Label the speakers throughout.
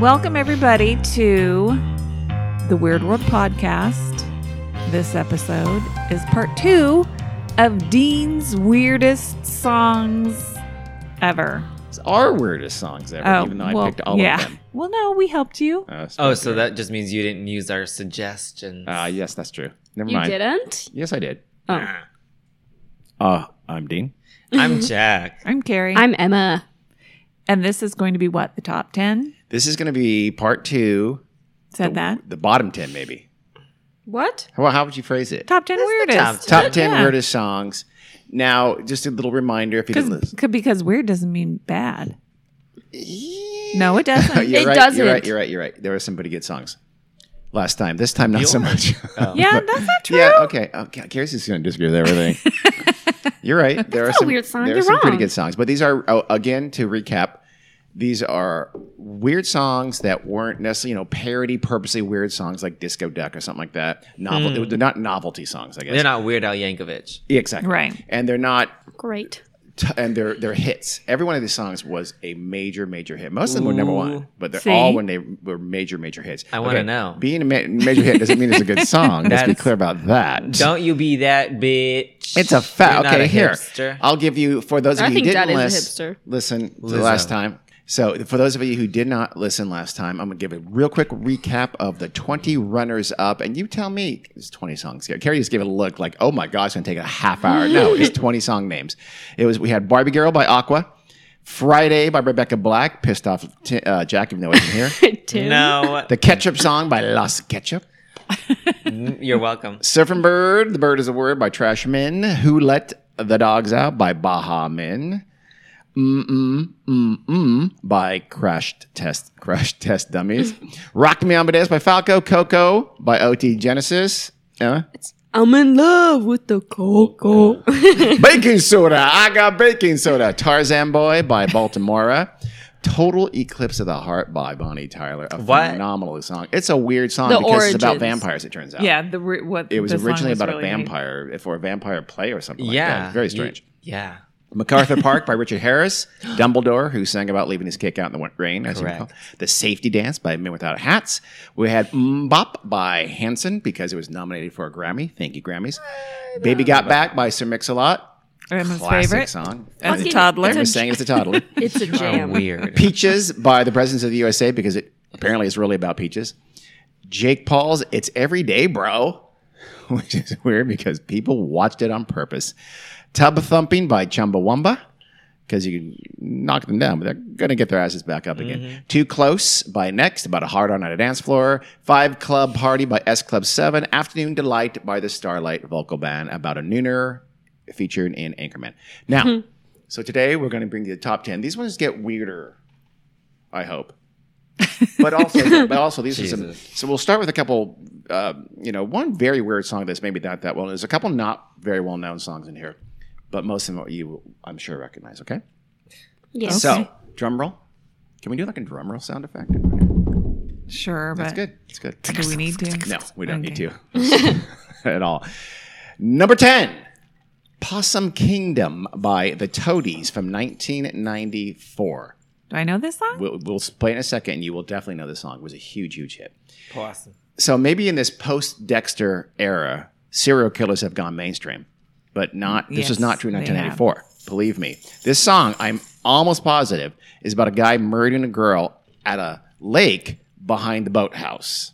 Speaker 1: Welcome, everybody, to the Weird World Podcast. This episode is part two of Dean's weirdest songs ever.
Speaker 2: It's our weirdest songs ever, even though I picked all
Speaker 1: Oh, yeah.
Speaker 2: of them.
Speaker 1: Well, no, we helped you.
Speaker 2: Uh, it's
Speaker 3: Oh,
Speaker 2: not
Speaker 3: so
Speaker 2: fair.
Speaker 3: that just means you didn't use our suggestions.
Speaker 2: Uh, yes, that's true. Never
Speaker 4: You
Speaker 2: mind.
Speaker 4: didn't?
Speaker 2: Yes, I did.
Speaker 4: Oh.
Speaker 2: Uh, I'm Dean.
Speaker 3: I'm Jack.
Speaker 1: I'm Carrie.
Speaker 4: I'm Emma.
Speaker 1: and this is going to be what? The top 10?
Speaker 2: This is going to be part two.
Speaker 1: Said
Speaker 2: the,
Speaker 1: that?
Speaker 2: The bottom 10, maybe.
Speaker 4: What?
Speaker 2: Well, how would you phrase it?
Speaker 1: Top 10 weirdest.
Speaker 2: Top 10
Speaker 1: Yeah.
Speaker 2: weirdest songs. Now, just a little reminder if you didn't
Speaker 1: Because
Speaker 2: listen.
Speaker 1: because weird doesn't mean bad. No, it doesn't.
Speaker 2: you're
Speaker 4: It
Speaker 2: right,
Speaker 4: doesn't.
Speaker 2: You're right. You're right. You're right. There were some pretty good songs last time. This time, not so much.
Speaker 3: Oh.
Speaker 1: yeah, that's not true.
Speaker 2: Yeah, okay. Oh, Okay, Carrie's just going to disagree with everything. You're right. There are
Speaker 4: That's not a
Speaker 2: some
Speaker 4: weird song.
Speaker 2: There are
Speaker 4: You're
Speaker 2: some pretty
Speaker 4: wrong.
Speaker 2: good songs, but these are oh, again to recap. These are weird songs that weren't necessarily, you know, parody purposely weird songs like Disco Duck or something like that. Novel, they're not novelty songs, I guess.
Speaker 3: They're not Weird Al Yankovic.
Speaker 2: Yeah, exactly
Speaker 1: Right.
Speaker 2: and they're not,
Speaker 4: Great.
Speaker 2: t- and they're they're hits. Every one of these songs was a major, major hit. Most of them were number one,
Speaker 3: Ooh.
Speaker 2: but they're
Speaker 1: See?
Speaker 2: all when they were major, major hits.
Speaker 3: I wanna know.
Speaker 2: Being a ma- major hit doesn't mean it's a good song. Let's be
Speaker 3: That's-
Speaker 2: clear about that.
Speaker 3: Don't you be that bitch.
Speaker 2: It's a
Speaker 3: You're
Speaker 2: fact.
Speaker 3: not
Speaker 2: Okay,
Speaker 3: a
Speaker 2: here
Speaker 3: hipster.
Speaker 2: I'll give you for those of
Speaker 4: I
Speaker 2: you who
Speaker 4: think
Speaker 2: didn't
Speaker 4: Dad is a
Speaker 2: lis-
Speaker 4: hipster.
Speaker 2: listen to the
Speaker 3: Lizzo.
Speaker 2: last time. So for those of you who did not listen last time, I'm gonna give a real quick recap of the 20 runners up, and you tell me it's 20 songs here. Carrie just gave it a look like, oh my god, it's gonna take a half hour. No, it's 20 song names. It was we had Barbie Girl by Aqua, Friday by Rebecca Black, pissed off Ti- uh, Jack even though it wasn't here.
Speaker 4: Tim.
Speaker 3: No,
Speaker 2: the Ketchup song by Lost Ketchup.
Speaker 3: you're welcome.
Speaker 2: Surfing Bird, The Bird is a Word by Trash Men. Who Let the Dogs Out by Baha Men. Mm-mm, mm-mm by Crashed Test, Crash Test Dummies. Rock Me Amadeus by Falco. Coco by OT Genesis. Uh,
Speaker 4: I'm in love with the
Speaker 2: Oh,
Speaker 4: cocoa.
Speaker 2: baking Soda. I got Baking Soda. Tarzan Boy by Baltimora. Total Eclipse of the Heart by Bonnie Tyler. A
Speaker 3: What?
Speaker 2: phenomenal song. It's a weird song
Speaker 4: The
Speaker 2: because it's about
Speaker 4: origins.
Speaker 2: vampires, it turns out.
Speaker 1: Yeah, the re- what
Speaker 2: Oh. It was
Speaker 1: the song
Speaker 2: originally
Speaker 1: was
Speaker 2: about
Speaker 1: really
Speaker 2: a vampire, for a vampire play or something like
Speaker 3: yeah.
Speaker 2: that. Very
Speaker 3: you-
Speaker 2: strange.
Speaker 3: yeah.
Speaker 2: MacArthur Park by Richard Harris, Dumbledore, who sang about leaving his cake out in the wet rain, as you
Speaker 3: Correct.
Speaker 2: recall. The Safety Dance by Men Without Hats. We had Mbop by Hanson because it was nominated for a Grammy. Thank you, Grammys. Baby Got Back by Sir Mix-a-Lot.
Speaker 1: Emma's
Speaker 2: Classic
Speaker 1: favorite.
Speaker 2: song.
Speaker 1: As a
Speaker 4: Fucking-
Speaker 1: toddler.
Speaker 2: Ever sang it as a toddler.
Speaker 4: It's a
Speaker 3: Oh,
Speaker 4: jam.
Speaker 3: weird.
Speaker 2: Peaches by the Presidents of the USA because it apparently is really about peaches. Jake Paul's It's Every Day, Bro, which is weird because people watched it on purpose. Tub Thumping by Chumbawamba because you can knock them down, but they're going to get their asses back up again. Too Close by Next, about a hard on at a dance floor. Five Club Party by S Club 7. Afternoon Delight by the Starlight Vocal Band, about a nooner featured in Anchorman. Now, so today we're going to bring you the top 10. These ones get weirder, I hope. but also, but also, these are some.
Speaker 3: Jesus.
Speaker 2: So we'll start with a couple. Uh, you know, one very weird song that's maybe not that well. There's a couple not very well known songs in here, but most of them you, I'm sure, recognize. Okay.
Speaker 4: Yes.
Speaker 2: So, drum roll. Can we do like a drum roll sound effect?
Speaker 1: Sure,
Speaker 2: That's
Speaker 1: but
Speaker 2: good. It's good.
Speaker 1: do we need to?
Speaker 2: No, we don't need
Speaker 1: Okay.
Speaker 2: to at all. Number 10 Possum Kingdom by the Toadies from 1994.
Speaker 1: Do I know this song?
Speaker 2: We'll, we'll play in a second and you will definitely know this song. It was a huge, huge hit.
Speaker 3: Awesome.
Speaker 2: So, maybe in this post Dexter era, serial killers have gone mainstream, but not this
Speaker 1: Yes,
Speaker 2: was not true in
Speaker 1: they have.
Speaker 2: 1994. Believe me. This song, I'm almost positive, is about a guy murdering a girl at a lake behind the boathouse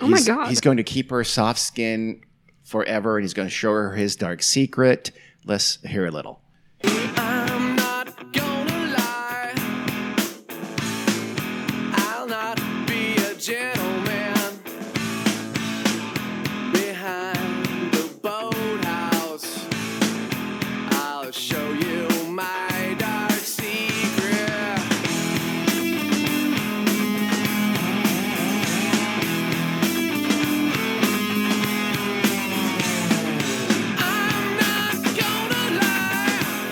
Speaker 4: oh my
Speaker 2: he's-
Speaker 4: god.
Speaker 2: He's going to keep her soft skin forever, and he's going to show her his dark secret. Let's hear a little.
Speaker 5: I'm not gonna lie. I'll not be a gentleman behind the boathouse. I'll show you my dark secret. I'm not gonna lie.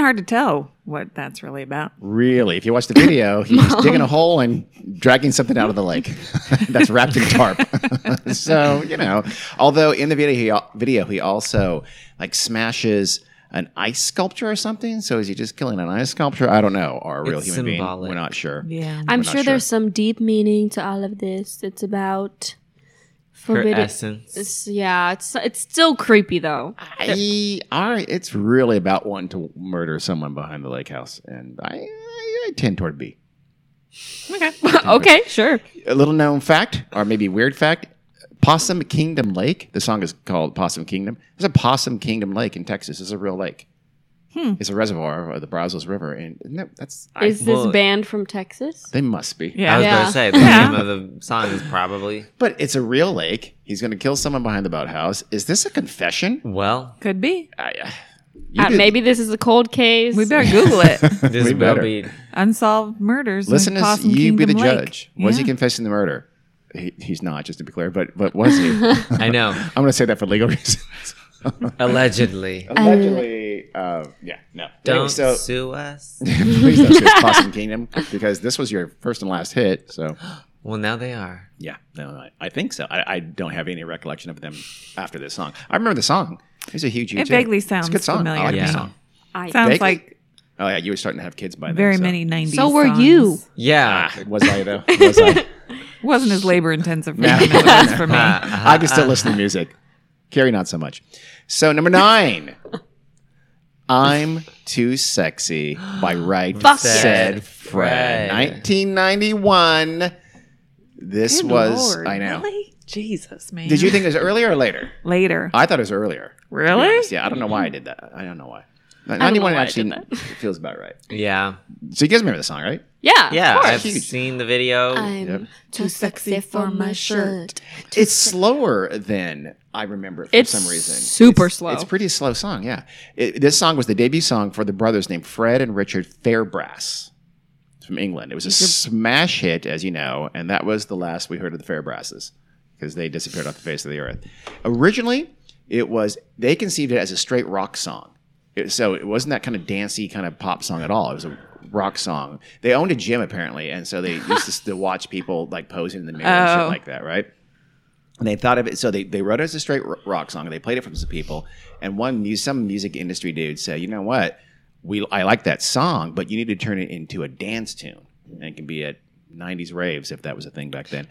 Speaker 1: hard to tell what that's really about.
Speaker 2: Really, if you watch the video, he's digging a hole and dragging something out of the lake that's wrapped in tarp. so you know, although in the video he al- video he also like smashes an ice sculpture or something. So is he just killing an ice sculpture? I don't know. Or a real
Speaker 3: It's
Speaker 2: human being?
Speaker 3: symbolic.
Speaker 2: We're not sure.
Speaker 1: Yeah.
Speaker 4: I'm
Speaker 2: not
Speaker 4: sure,
Speaker 2: sure.
Speaker 4: there's some deep meaning to all of this. It's about
Speaker 3: Her
Speaker 4: forbidden.
Speaker 3: essence.
Speaker 4: It's, yeah, it's it's still creepy though.
Speaker 2: I, I, it's really about wanting to murder someone behind the lake house, and I, I, I tend toward B.
Speaker 4: okay, sure.
Speaker 2: A little known fact, or maybe weird fact, Possum Kingdom Lake. The song is called Possum Kingdom. There's a Possum Kingdom Lake in Texas. It's a real lake.
Speaker 1: Hmm.
Speaker 2: It's a reservoir of the Brazos River, and isn't that- that's I,
Speaker 4: Is this
Speaker 3: well-
Speaker 4: band from Texas?
Speaker 2: they must be.
Speaker 3: I
Speaker 1: Yeah.
Speaker 3: was
Speaker 1: yeah.
Speaker 4: Yeah.
Speaker 3: gonna say the
Speaker 1: Yeah.
Speaker 3: name of the song is probably
Speaker 2: But it's a real lake. He's going to kill someone behind the boathouse. Is this a confession?
Speaker 3: well.
Speaker 1: Could be.
Speaker 2: I, uh, you
Speaker 4: Uh,
Speaker 2: did-
Speaker 4: maybe this is a cold case.
Speaker 1: We better Google it.
Speaker 3: This
Speaker 2: We
Speaker 3: will
Speaker 2: better.
Speaker 3: be
Speaker 1: Unsolved murders. in
Speaker 2: Listen, as
Speaker 1: Possum
Speaker 2: you be the
Speaker 1: Kingdom Lake.
Speaker 2: judge. Was he
Speaker 1: Yeah.
Speaker 2: confessing the murder? He, he's not, just to be clear. But but was he? I'm
Speaker 3: I know.
Speaker 2: going to say that for legal reasons.
Speaker 3: Allegedly.
Speaker 2: Allegedly, uh, yeah, no.
Speaker 3: Don't
Speaker 2: Anyway, so
Speaker 3: sue us.
Speaker 2: please don't sue Possum Kingdom because this was your first and last hit. So
Speaker 3: Well, now they are.
Speaker 2: yeah, no, I, I think so. I, I don't have any recollection of them after this song. I remember the song. It's a huge. huge
Speaker 1: It
Speaker 2: hit.
Speaker 1: vaguely
Speaker 2: It's a
Speaker 1: sounds
Speaker 2: good song.
Speaker 1: familiar
Speaker 2: I like
Speaker 1: to
Speaker 2: the
Speaker 3: me.
Speaker 2: song.
Speaker 4: I,
Speaker 1: Sounds
Speaker 2: Vaguely-
Speaker 1: like
Speaker 2: Oh yeah, you were starting to have kids by then.
Speaker 1: very
Speaker 2: so-
Speaker 1: many 90s.
Speaker 4: So were
Speaker 1: songs.
Speaker 4: you.
Speaker 3: Yeah.
Speaker 2: Ah, was I though? Was I?
Speaker 1: Wasn't as labor intensive for
Speaker 2: No.
Speaker 1: them as it was for me.
Speaker 2: I can still listen to music. Carrie, not so much. So number nine, "I'm Too Sexy" by Right
Speaker 4: Fuck
Speaker 2: Said
Speaker 3: yeah.
Speaker 2: Fred,
Speaker 3: Fred.
Speaker 2: 1991. This
Speaker 1: Good
Speaker 2: was
Speaker 1: Lord,
Speaker 2: I know.
Speaker 1: Really? Jesus, man.
Speaker 2: Did you think it was earlier or later?
Speaker 1: later?
Speaker 2: I thought it was earlier. to be
Speaker 1: Really?
Speaker 2: honest. Yeah, I don't know why I did that. I don't know why.
Speaker 4: don't know
Speaker 2: 91
Speaker 4: why I
Speaker 2: actually
Speaker 4: did
Speaker 2: feels about right.
Speaker 3: Yeah.
Speaker 2: So you guys remember the song, right?
Speaker 4: yeah,
Speaker 3: Yeah. I've
Speaker 2: Huge.
Speaker 3: seen the video.
Speaker 4: I'm
Speaker 2: Yep.
Speaker 4: too sexy for my shirt.
Speaker 2: It's slower than I remember it for
Speaker 4: It's
Speaker 2: some reason.
Speaker 4: super
Speaker 2: It's-
Speaker 4: slow.
Speaker 2: It's a pretty slow song, yeah. It, this song was the debut song for the brothers named Fred and Richard Fairbrass from England. It was a smash hit, as you know, and that was the last we heard of the Fairbrasses because they disappeared off the face of the earth. Originally, it was they conceived it as a straight rock song. It- so it wasn't that kind of dancey kind of pop song at all. It was a rock song. They owned a gym apparently, and so they used to, to watch people like posing in the mirror and
Speaker 1: Oh.
Speaker 2: shit like that, right? And they thought of it, so they, they wrote it as a straight ro- rock song, and they played it for some people. And one mu- some music industry dude said, "You know what? We I like that song, but you need to turn it into a dance tune, and it can be at '90s raves if that was a thing back then."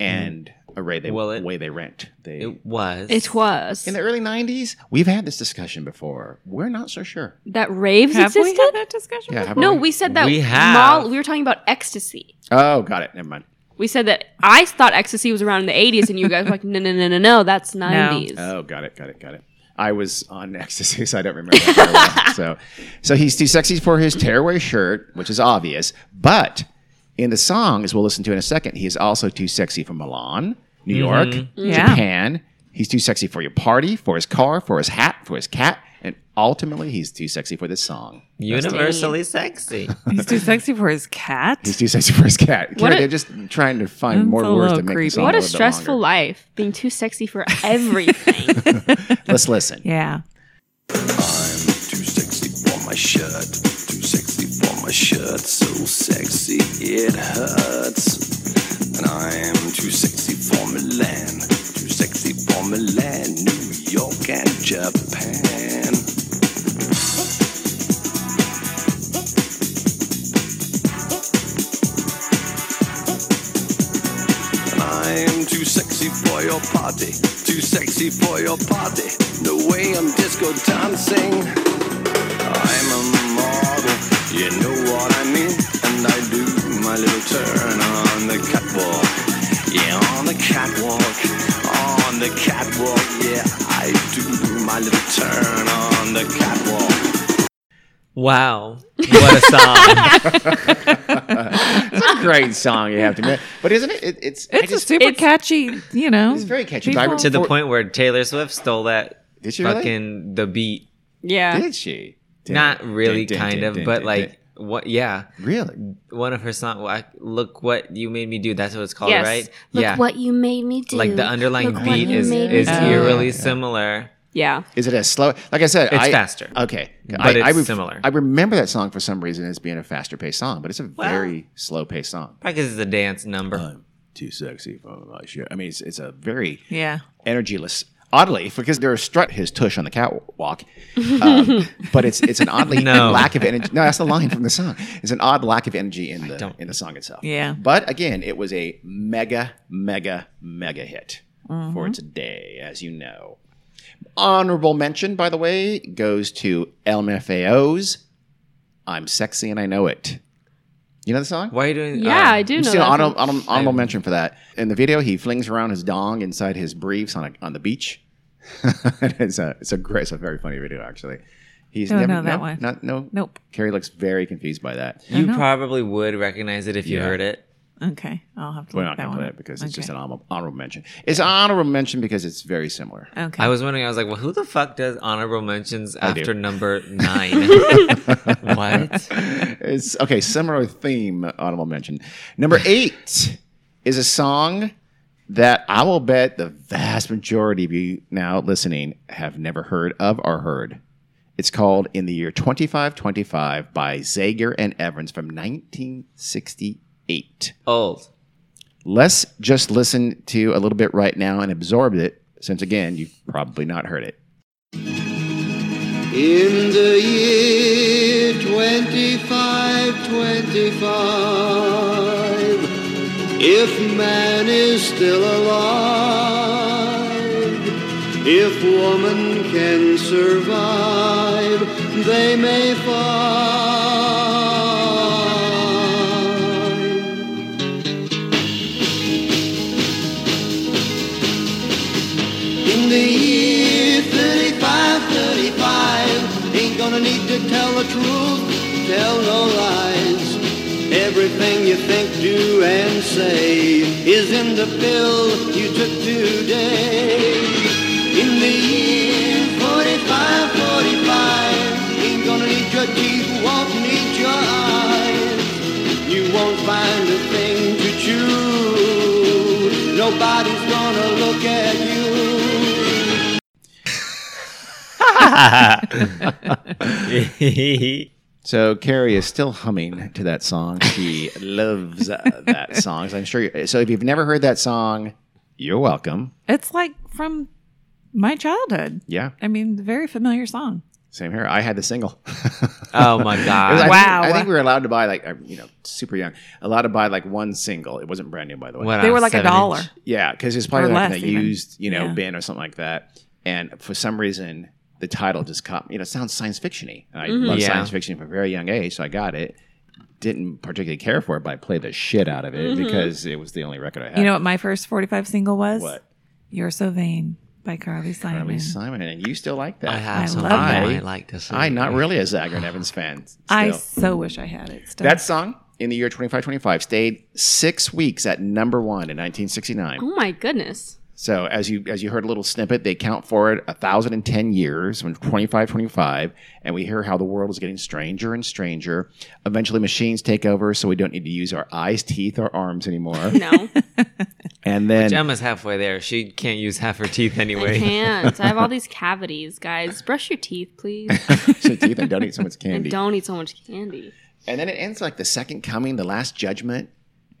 Speaker 2: and a way they
Speaker 3: Uh, Well, it-
Speaker 2: way they rent. They
Speaker 3: It was.
Speaker 4: It was
Speaker 2: in the early '90s. We've had this discussion before. We're not so sure.
Speaker 4: that raves
Speaker 1: Have we had
Speaker 4: existed.
Speaker 1: that discussion?
Speaker 2: Yeah.
Speaker 1: before?
Speaker 2: have
Speaker 4: no, we said that
Speaker 3: We have.
Speaker 4: mol- we were talking about ecstasy.
Speaker 2: Oh, got it. Never mind.
Speaker 4: We said that I thought ecstasy was around in the 80s, and you guys were like, no, no, no, no, no, that's 90s.
Speaker 2: Oh, got it, got it, got it. I was on ecstasy, so I don't remember. That very well. So, so he's too sexy for his tearaway shirt, which is obvious. But in the song, as we'll listen to in a second, he is also too sexy for Milan, New York,
Speaker 1: Yeah.
Speaker 2: Japan. He's too sexy for your party, for his car, for his hat, for his cat, and ultimately, he's too sexy for this song.
Speaker 3: Universally sexy.
Speaker 1: He's too sexy for his cat.
Speaker 2: He's too sexy for his cat.
Speaker 4: What
Speaker 2: Karen,
Speaker 4: a-
Speaker 2: they're just trying to find
Speaker 1: That's
Speaker 2: more
Speaker 1: a
Speaker 2: words
Speaker 1: little
Speaker 2: to make the
Speaker 1: creepy.
Speaker 2: song
Speaker 4: What
Speaker 2: a,
Speaker 4: a
Speaker 2: little bit
Speaker 4: stressful
Speaker 2: longer.
Speaker 4: life, being too sexy for everything.
Speaker 2: Let's listen.
Speaker 1: yeah.
Speaker 5: Too sexy for my shirt. Too sexy for my shirt. So sexy it hurts. And I'm too sexy for Milan. Too sexy for Milan, New York, and Japan. I'm too sexy for your party. Too sexy for your party. No way I'm disco dancing. I'm a model, you know what I mean. And I do my little turn on the catwalk. Yeah, on the catwalk, on the catwalk. Yeah, I do my little turn on the catwalk.
Speaker 3: Wow. What a song.
Speaker 2: It's a great song, you have to admit. But isn't it? it it's I
Speaker 1: It's
Speaker 2: just-
Speaker 1: a super
Speaker 4: it's-
Speaker 1: catchy, you know.
Speaker 2: It's very catchy.
Speaker 1: People-
Speaker 2: But I-
Speaker 3: to the
Speaker 2: for-
Speaker 3: point where Taylor Swift stole that
Speaker 2: Did she really?
Speaker 3: fucking the beat.
Speaker 4: yeah.
Speaker 2: Did she?
Speaker 3: Not
Speaker 2: Dun,
Speaker 3: really,
Speaker 2: dun, dun,
Speaker 3: kind
Speaker 2: dun,
Speaker 3: of,
Speaker 2: dun,
Speaker 3: but
Speaker 2: dun,
Speaker 3: like what? Yeah,
Speaker 2: dun. really.
Speaker 3: one of her songs. Look what you made me do. That's what it's called,
Speaker 4: Yes.
Speaker 3: right?
Speaker 4: Look
Speaker 3: yeah.
Speaker 4: what you made me do.
Speaker 3: like the underlying
Speaker 4: Look what
Speaker 3: beat
Speaker 4: you
Speaker 3: is
Speaker 4: made me
Speaker 3: is
Speaker 4: do.
Speaker 3: eerily similar.
Speaker 4: Yeah.
Speaker 2: Is it as slow? Like I said,
Speaker 3: It's
Speaker 2: I-
Speaker 3: faster.
Speaker 2: Okay,
Speaker 3: But
Speaker 2: I, I
Speaker 3: it's
Speaker 2: re-
Speaker 3: similar.
Speaker 2: I remember that song for some reason as being a faster paced song, but it's a very slow paced song.
Speaker 3: Probably because it's a dance number.
Speaker 2: Uh, Too sexy for my shirt. I mean, it's, it's a very
Speaker 1: Yeah.
Speaker 2: energyless. Oddly, because they're strut his tush on the catwalk, um, but it's it's an oddly
Speaker 3: No.
Speaker 2: lack of energy. No, that's the line from the song. It's an odd lack of energy in the
Speaker 3: don't-
Speaker 2: in the song itself.
Speaker 1: Yeah.
Speaker 2: But again, it was a mega, mega, mega hit
Speaker 1: Mm-hmm.
Speaker 2: for its day, as you know. Honorable mention, by the way, goes to LMFAO's "I'm Sexy and I Know It." You know the song?
Speaker 3: Why are you doing?
Speaker 4: Yeah,
Speaker 3: oh.
Speaker 4: I do
Speaker 2: You
Speaker 4: know.
Speaker 2: see,
Speaker 4: that
Speaker 2: honor-
Speaker 4: song.
Speaker 2: honor- honorable mention for that. In the video, he flings around his dong inside his briefs on a, on the beach. it's a it's a great, it's a very funny video actually. He's
Speaker 1: Don't
Speaker 2: never
Speaker 1: know Oh, that
Speaker 2: no,
Speaker 1: one.
Speaker 2: Not, no,
Speaker 1: Nope.
Speaker 2: Carrie looks very confused by that.
Speaker 3: You
Speaker 1: know.
Speaker 3: probably would recognize it if you
Speaker 2: Yeah.
Speaker 3: heard it.
Speaker 1: Okay. I'll have to.
Speaker 2: We're
Speaker 1: look
Speaker 2: not
Speaker 1: that
Speaker 2: going to
Speaker 1: one
Speaker 2: play
Speaker 1: up.
Speaker 2: it because it's
Speaker 1: Okay.
Speaker 2: just an honorable, honorable mention. It's an honorable mention because it's very similar.
Speaker 1: Okay.
Speaker 3: I was wondering. I was like, well, who the fuck does honorable mentions
Speaker 2: do.
Speaker 3: after number nine? what?
Speaker 2: It's okay. Similar theme honorable mention. Number eight is a song that I will bet the vast majority of you now listening have never heard of or heard. It's called "In the Year 2525" by Zager and Evans from 1968.
Speaker 3: Old.
Speaker 2: Let's just listen to a little bit right now and absorb it, since again you've probably not heard it.
Speaker 6: In the year 2525, if man is still alive, if woman can survive, they may find. In the year 35, 35, ain't gonna need to tell the truth, tell no lies. Everything you think, do, and say is in the pill you took today. In the year 45, 45, ain't gonna need your teeth, won't need your eyes. You won't find a thing to chew. Nobody's gonna look at you.
Speaker 2: So Carrie is still humming to that song. She loves uh, that song. So I'm sure. You, so if you've never heard that song, you're welcome.
Speaker 1: it's like from my childhood.
Speaker 2: Yeah,
Speaker 1: I mean, very familiar song.
Speaker 2: same here. I had the single.
Speaker 3: Oh my
Speaker 2: I
Speaker 3: god.
Speaker 2: think-
Speaker 1: Wow.
Speaker 2: I think we were allowed to buy like uh, you know super young, allowed to buy like one single. It wasn't brand new by the way.
Speaker 3: What,
Speaker 1: They
Speaker 3: uh,
Speaker 1: were like a
Speaker 3: seven
Speaker 1: dollar.
Speaker 3: inch?
Speaker 2: Yeah, because it's probably
Speaker 1: Or
Speaker 2: like in
Speaker 1: less
Speaker 2: a
Speaker 1: even.
Speaker 2: used you know
Speaker 1: Yeah.
Speaker 2: bin or something like that. And for some reason, the title just caught me. You know, it sounds science fictiony. And I
Speaker 1: Mm-hmm.
Speaker 2: love
Speaker 3: Yeah.
Speaker 2: science fiction from a very young age, so I got it. Didn't particularly care for it, but I played the shit out of it because it was the only record I had.
Speaker 1: Mm-hmm. You know what my first 45 single was?
Speaker 2: What?
Speaker 1: You're So Vain by Carly Simon.
Speaker 2: Carly Simon, and you still like that.
Speaker 3: I have
Speaker 1: I
Speaker 3: some.
Speaker 1: love
Speaker 3: I,
Speaker 2: that.
Speaker 3: like to say.
Speaker 2: I'm not really a Zager and Evans fan.
Speaker 1: I
Speaker 2: still.
Speaker 1: so wish I had it still.
Speaker 2: that song in the year 2525 stayed six weeks at number one in 1969.
Speaker 4: Oh my goodness.
Speaker 2: So as you as you heard a little snippet, they count forward thousand and ten years from twenty five twenty five, and we hear how the world is getting stranger and stranger. Eventually, machines take over, so we don't need to use our eyes, teeth, or arms anymore.
Speaker 4: No,
Speaker 2: and then
Speaker 3: Gemma's halfway there. She can't use half her teeth
Speaker 4: I
Speaker 3: anyway.
Speaker 4: can't. I have all these cavities, guys. Brush your teeth, please,
Speaker 2: so teeth and don't eat so much
Speaker 4: and
Speaker 2: candy.
Speaker 4: don't eat so much candy.
Speaker 2: And then it ends like the second coming, the last judgment,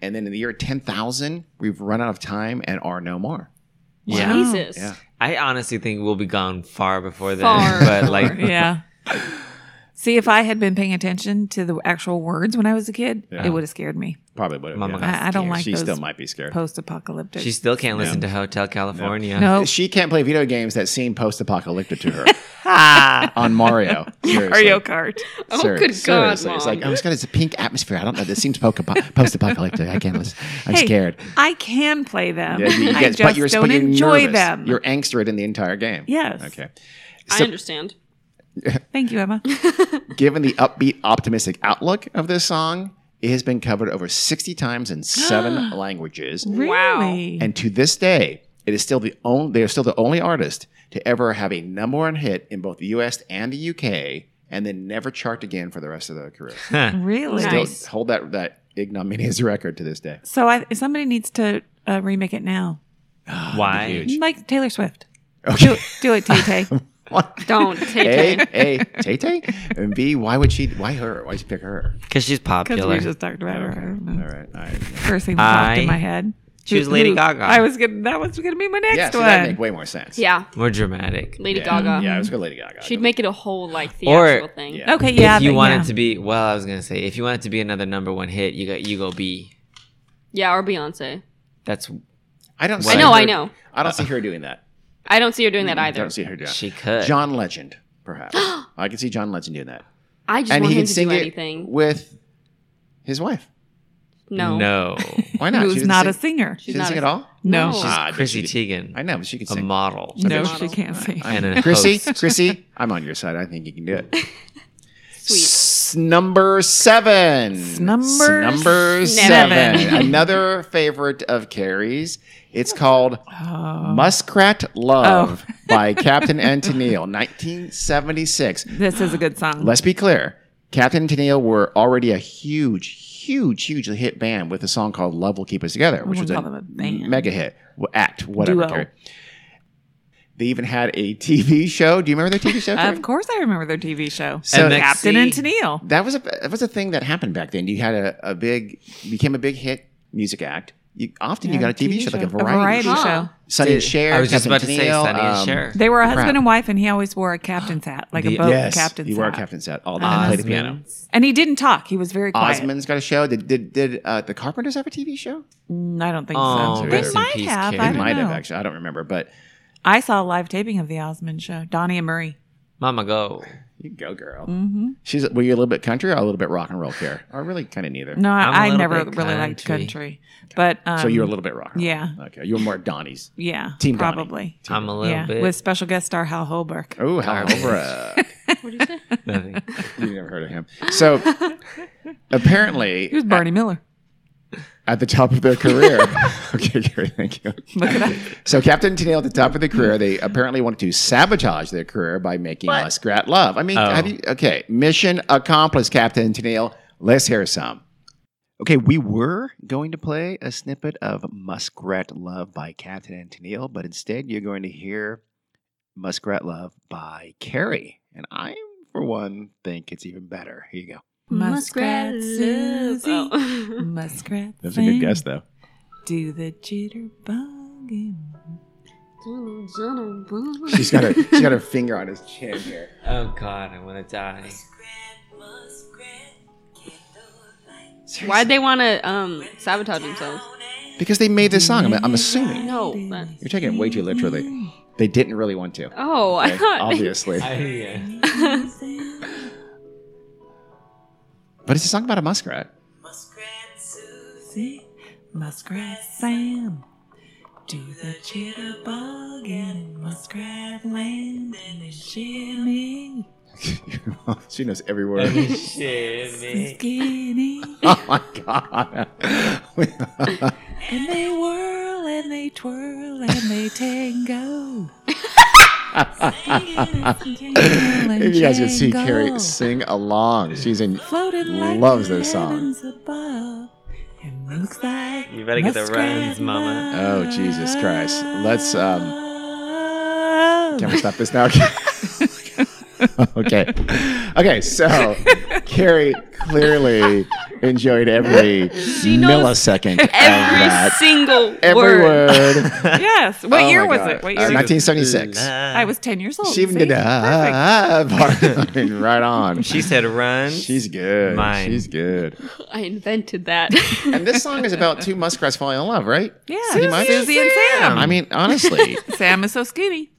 Speaker 2: and then in the year ten thousand, we've run out of time and are no more.
Speaker 3: Yeah.
Speaker 4: Jesus.
Speaker 2: Yeah.
Speaker 3: I honestly think we'll be gone far before then.
Speaker 4: Far
Speaker 3: But
Speaker 4: before.
Speaker 3: like,
Speaker 1: yeah. See, if I had been paying attention to the actual words when I was a kid,
Speaker 2: Yeah.
Speaker 1: it would have scared me.
Speaker 2: Probably would.
Speaker 3: Mama got
Speaker 1: I, I don't like
Speaker 2: She
Speaker 1: those
Speaker 2: still might be scared.
Speaker 1: post-apocalyptic.
Speaker 3: she still can't listen to Hotel California.
Speaker 1: no,
Speaker 2: She can't play video games that seem post-apocalyptic to her. on Mario. Seriously.
Speaker 1: Mario Kart.
Speaker 4: Oh,
Speaker 2: Ser-
Speaker 4: good God,
Speaker 2: seriously. It's
Speaker 4: Mom.
Speaker 2: like, oh, it's got this pink atmosphere. I don't know. This seems post apocalyptic. I can't listen. I'm scared.
Speaker 1: I can play them.
Speaker 2: Yeah, you- you
Speaker 1: Um, I
Speaker 2: get-
Speaker 1: just don't enjoy
Speaker 2: nervous.
Speaker 1: them.
Speaker 2: You're angstered in the entire game.
Speaker 1: Yes.
Speaker 2: Okay.
Speaker 4: I understand.
Speaker 1: Thank you, Emma.
Speaker 2: Given the upbeat, optimistic outlook of this song, it has been covered over 60 times in seven languages.
Speaker 1: Really?
Speaker 2: And to this day, it is still the only they are still the only artist to ever have a number one hit in both the US and the UK and then never chart again for the rest of their career.
Speaker 1: really?
Speaker 4: Nice.
Speaker 2: Still hold that that ignominious record to this day.
Speaker 1: So I, somebody needs to uh, remake it now,
Speaker 3: Why?
Speaker 2: Huge.
Speaker 1: like Taylor Swift. Do, do it, Tay Tay.
Speaker 4: Don't take
Speaker 2: A,
Speaker 4: it.
Speaker 2: A, Tay Tay? And B, why would she, why her? Why'd you pick her?
Speaker 3: Because she's
Speaker 1: Because we
Speaker 3: popular.
Speaker 1: just talked about her. I don't
Speaker 2: All
Speaker 4: Mm-hmm.
Speaker 1: know.
Speaker 2: right. All right.
Speaker 1: First thing that popped
Speaker 3: I
Speaker 1: in my head.
Speaker 3: choose
Speaker 1: Who-
Speaker 3: Lady
Speaker 1: who-
Speaker 3: Gaga.
Speaker 1: I was gonna. That was gonna be my next
Speaker 2: Yeah, so that
Speaker 1: one.
Speaker 2: make way more sense.
Speaker 4: Yeah,
Speaker 3: More dramatic.
Speaker 4: Lady
Speaker 2: yeah.
Speaker 4: Gaga.
Speaker 2: Yeah, it was good Lady Gaga.
Speaker 4: She'd make it a whole like
Speaker 3: Or-
Speaker 4: theatrical thing.
Speaker 2: Yeah.
Speaker 1: okay, yeah.
Speaker 3: if you
Speaker 1: but
Speaker 3: want
Speaker 1: yeah.
Speaker 3: it to be, well, I was gonna say, if you want it to be another number one hit, you go, you go B.
Speaker 4: Yeah, or Beyonce.
Speaker 3: That's
Speaker 2: I don't.
Speaker 3: I
Speaker 2: see
Speaker 4: know,
Speaker 2: her-
Speaker 4: I know.
Speaker 2: I don't see her doing that.
Speaker 4: I don't see her doing that
Speaker 2: I
Speaker 4: either.
Speaker 2: Mm, don't see her doing.
Speaker 3: she
Speaker 2: that.
Speaker 3: could.
Speaker 2: John Legend, perhaps. I can see John Legend doing that,
Speaker 4: I just
Speaker 2: and
Speaker 4: want
Speaker 2: he
Speaker 4: him
Speaker 2: can
Speaker 4: to
Speaker 2: sing
Speaker 4: do
Speaker 2: it
Speaker 4: anything.
Speaker 2: with his wife.
Speaker 4: No,
Speaker 3: no.
Speaker 2: Why not?
Speaker 1: Who's
Speaker 2: didn't
Speaker 1: not
Speaker 2: sing-
Speaker 1: a singer?
Speaker 2: She
Speaker 4: She's
Speaker 2: didn't
Speaker 4: not
Speaker 2: sing
Speaker 4: a-
Speaker 2: at all.
Speaker 1: No.
Speaker 4: She's
Speaker 2: Ah, I bet
Speaker 3: Chrissy
Speaker 2: she could-
Speaker 3: Teigen,
Speaker 2: I know, but she can
Speaker 3: a
Speaker 2: sing.
Speaker 3: model.
Speaker 1: no,
Speaker 4: model.
Speaker 1: she can't sing.
Speaker 3: And a
Speaker 2: Chrissy,
Speaker 3: host.
Speaker 2: Chrissy, I'm on your side. I think you can do it.
Speaker 4: sweet.
Speaker 2: S- number seven.
Speaker 1: S- number
Speaker 2: S- number
Speaker 1: seven.
Speaker 2: seven. Another favorite of Carrie's. It's called
Speaker 1: Oh.
Speaker 2: Muskrat Love by Captain and Tennille, 1976.
Speaker 1: This is a good song.
Speaker 2: Let's be clear. Captain and Tennille were already a huge, huge, hugely hit band with a song called Love Will Keep Us Together, which
Speaker 1: wanna
Speaker 2: was a,
Speaker 1: call them a band.
Speaker 2: mega hit. Well, act, whatever.
Speaker 1: Duo.
Speaker 2: Carrie. They even had a TV show. Do you remember their TV show? Carrie?
Speaker 1: of course, I remember their TV show.
Speaker 2: So-
Speaker 3: MXC.
Speaker 1: Captain and Tennille.
Speaker 2: That was a that was a thing that happened back then. You had a, a big became a big hit music act. You often you got a TV, show, like a variety, show.
Speaker 1: show.
Speaker 2: Sonny and Cher.
Speaker 3: I was just
Speaker 2: Captain
Speaker 3: about to say
Speaker 2: Tennille,
Speaker 3: Sonny
Speaker 2: um,
Speaker 3: and Cher.
Speaker 1: They were a husband
Speaker 2: Crap.
Speaker 1: and wife, and he always wore a captain's hat, like
Speaker 3: The-
Speaker 1: a boat
Speaker 2: yes,
Speaker 1: captain's
Speaker 2: you were
Speaker 1: hat.
Speaker 2: captain's hat all the time. Played the piano.
Speaker 3: Osmonds.
Speaker 1: And he didn't talk. He was very quiet.
Speaker 2: Osmond's got a show. Did did, did uh, the Carpenters have a TV show?
Speaker 1: Mm, I don't think so.
Speaker 3: Oh,
Speaker 2: rest
Speaker 1: They
Speaker 2: in
Speaker 1: might
Speaker 3: peace,
Speaker 1: have.
Speaker 3: Carrie.
Speaker 1: I
Speaker 2: They
Speaker 1: don't
Speaker 2: might
Speaker 1: know.
Speaker 2: have actually. I don't remember, but
Speaker 1: I saw a live taping of the Osmond show. Donnie and Murray.
Speaker 3: Mama go.
Speaker 2: you go, girl. She's were you a little bit country or a little bit rock and roll care? Or really kind of neither.
Speaker 1: No,
Speaker 3: I'm a
Speaker 1: I, I
Speaker 3: little
Speaker 1: never
Speaker 3: bit
Speaker 1: really liked
Speaker 3: country.
Speaker 1: country, but um,
Speaker 2: so you were a little bit rock. and roll.
Speaker 1: yeah.
Speaker 2: Okay. You were more Donnie's.
Speaker 1: yeah,
Speaker 2: Team Donnie.
Speaker 1: probably.
Speaker 3: I'm a little
Speaker 1: Yeah,
Speaker 3: bit.
Speaker 1: with special guest star Hal Holbrook.
Speaker 2: Oh, how
Speaker 3: Garbage.
Speaker 4: What do you say?
Speaker 3: nothing.
Speaker 2: you never heard of him. So apparently
Speaker 1: He was Barney Miller.
Speaker 2: at the top of their career. okay, Gary, thank you.
Speaker 1: Look it up.
Speaker 2: So Captain Tennille at the top of their career, they apparently wanted to sabotage their career by making Muskrat Love. I mean,
Speaker 3: Oh.
Speaker 2: have you, okay, mission accomplished, Captain Tennille. Let's hear some. Okay, we were going to play a snippet of Muskrat Love by Captain and Tennille, but instead you're going to hear Muskrat Love by Carrie. And I, for one, think it's even better. Here you go.
Speaker 1: Muskrat Susie.
Speaker 4: Oh.
Speaker 1: Muskrat.
Speaker 2: though.
Speaker 1: Do the jitterbug. in-
Speaker 4: Oh.
Speaker 2: She's got her, she's got her finger on his chin here.
Speaker 3: Oh God, I want to die.
Speaker 4: Why'd they want to um, sabotage themselves?
Speaker 2: Because they made this song, I'm, I'm assuming.
Speaker 4: No. But,
Speaker 2: You're taking it way too literally. They didn't really want to.
Speaker 4: oh, I
Speaker 2: okay?
Speaker 4: thought.
Speaker 2: Obviously.
Speaker 3: I,
Speaker 2: But it's a song about a muskrat.
Speaker 1: Muskrat Sam. Do the jitterbug and Muskrat land and a shimmy.
Speaker 2: she knows every
Speaker 3: uh,
Speaker 2: word.
Speaker 3: shimmy.
Speaker 1: Skinny.
Speaker 2: oh my God.
Speaker 1: And they whirl and they twirl and they tango.
Speaker 2: if you guys can see Carrie sing along, she's in.
Speaker 1: floating like
Speaker 2: loves
Speaker 1: the
Speaker 2: this song.
Speaker 1: heavens Above, and looks like
Speaker 3: You better get the
Speaker 1: muskrat
Speaker 3: rhymes, mama.
Speaker 2: Oh, Jesus Christ. Let's. um
Speaker 1: love.
Speaker 2: Can we stop this now? okay. Okay, so Carrie clearly enjoyed every
Speaker 4: She knows
Speaker 2: millisecond of
Speaker 4: Every
Speaker 2: that.
Speaker 4: single
Speaker 2: Every
Speaker 4: word.
Speaker 2: word.
Speaker 1: Yes. What
Speaker 2: Oh
Speaker 1: year
Speaker 2: my
Speaker 1: was
Speaker 2: God.
Speaker 1: it? What
Speaker 2: Uh,
Speaker 1: year?
Speaker 2: 1976.
Speaker 1: I was 10 years old.
Speaker 2: She even
Speaker 1: Oh, see?
Speaker 2: did the ah, ah, part. right on.
Speaker 3: She said run.
Speaker 2: She's good.
Speaker 3: Mine.
Speaker 2: She's good.
Speaker 4: I invented that.
Speaker 2: And this song is about two muskrats falling in love, right?
Speaker 1: Yeah.
Speaker 2: Pretty much.
Speaker 1: Susie and Sam.
Speaker 2: I mean, honestly,
Speaker 1: Sam is so skinny.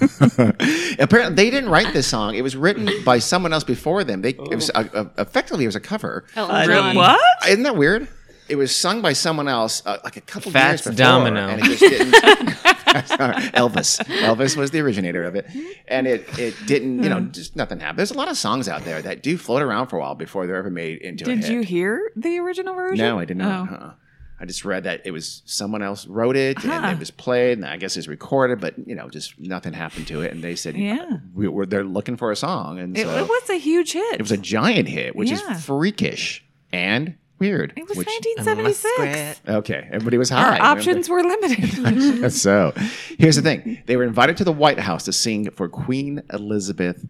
Speaker 2: apparently they didn't write this song. It was written by someone else before them. They it
Speaker 1: Oh.
Speaker 2: was a, a, effectively it was a cover.
Speaker 4: Elton
Speaker 3: Really?
Speaker 4: John.
Speaker 1: What?
Speaker 2: Isn't that weird? It was sung by someone else uh, like a couple
Speaker 3: Fats
Speaker 2: years before,
Speaker 3: Domino.
Speaker 2: and it just didn't. Elvis, Elvis was the originator of it, and it it didn't. You know,
Speaker 1: Hmm.
Speaker 2: just nothing happened. There's a lot of songs out there that do float around for a while before they're ever made into a hit.
Speaker 1: Did you hear the original version?
Speaker 2: No, I did not.
Speaker 1: Oh.
Speaker 2: uh-uh. I just read that it was someone else wrote it
Speaker 1: Huh.
Speaker 2: and it was played, and I guess it's recorded, but you know, just nothing happened to it. And they said,
Speaker 1: Yeah.
Speaker 2: we were they're looking for a song, and
Speaker 1: It,
Speaker 2: so
Speaker 1: it was a huge hit.
Speaker 2: it was a giant hit, which
Speaker 1: Yeah.
Speaker 2: is freakish and Weird.
Speaker 1: It was
Speaker 2: Which-
Speaker 1: 1976.
Speaker 2: Okay, everybody was
Speaker 1: Our
Speaker 2: high.
Speaker 1: options were limited.
Speaker 2: so here's the thing they were invited to the White House to sing for Queen Elizabeth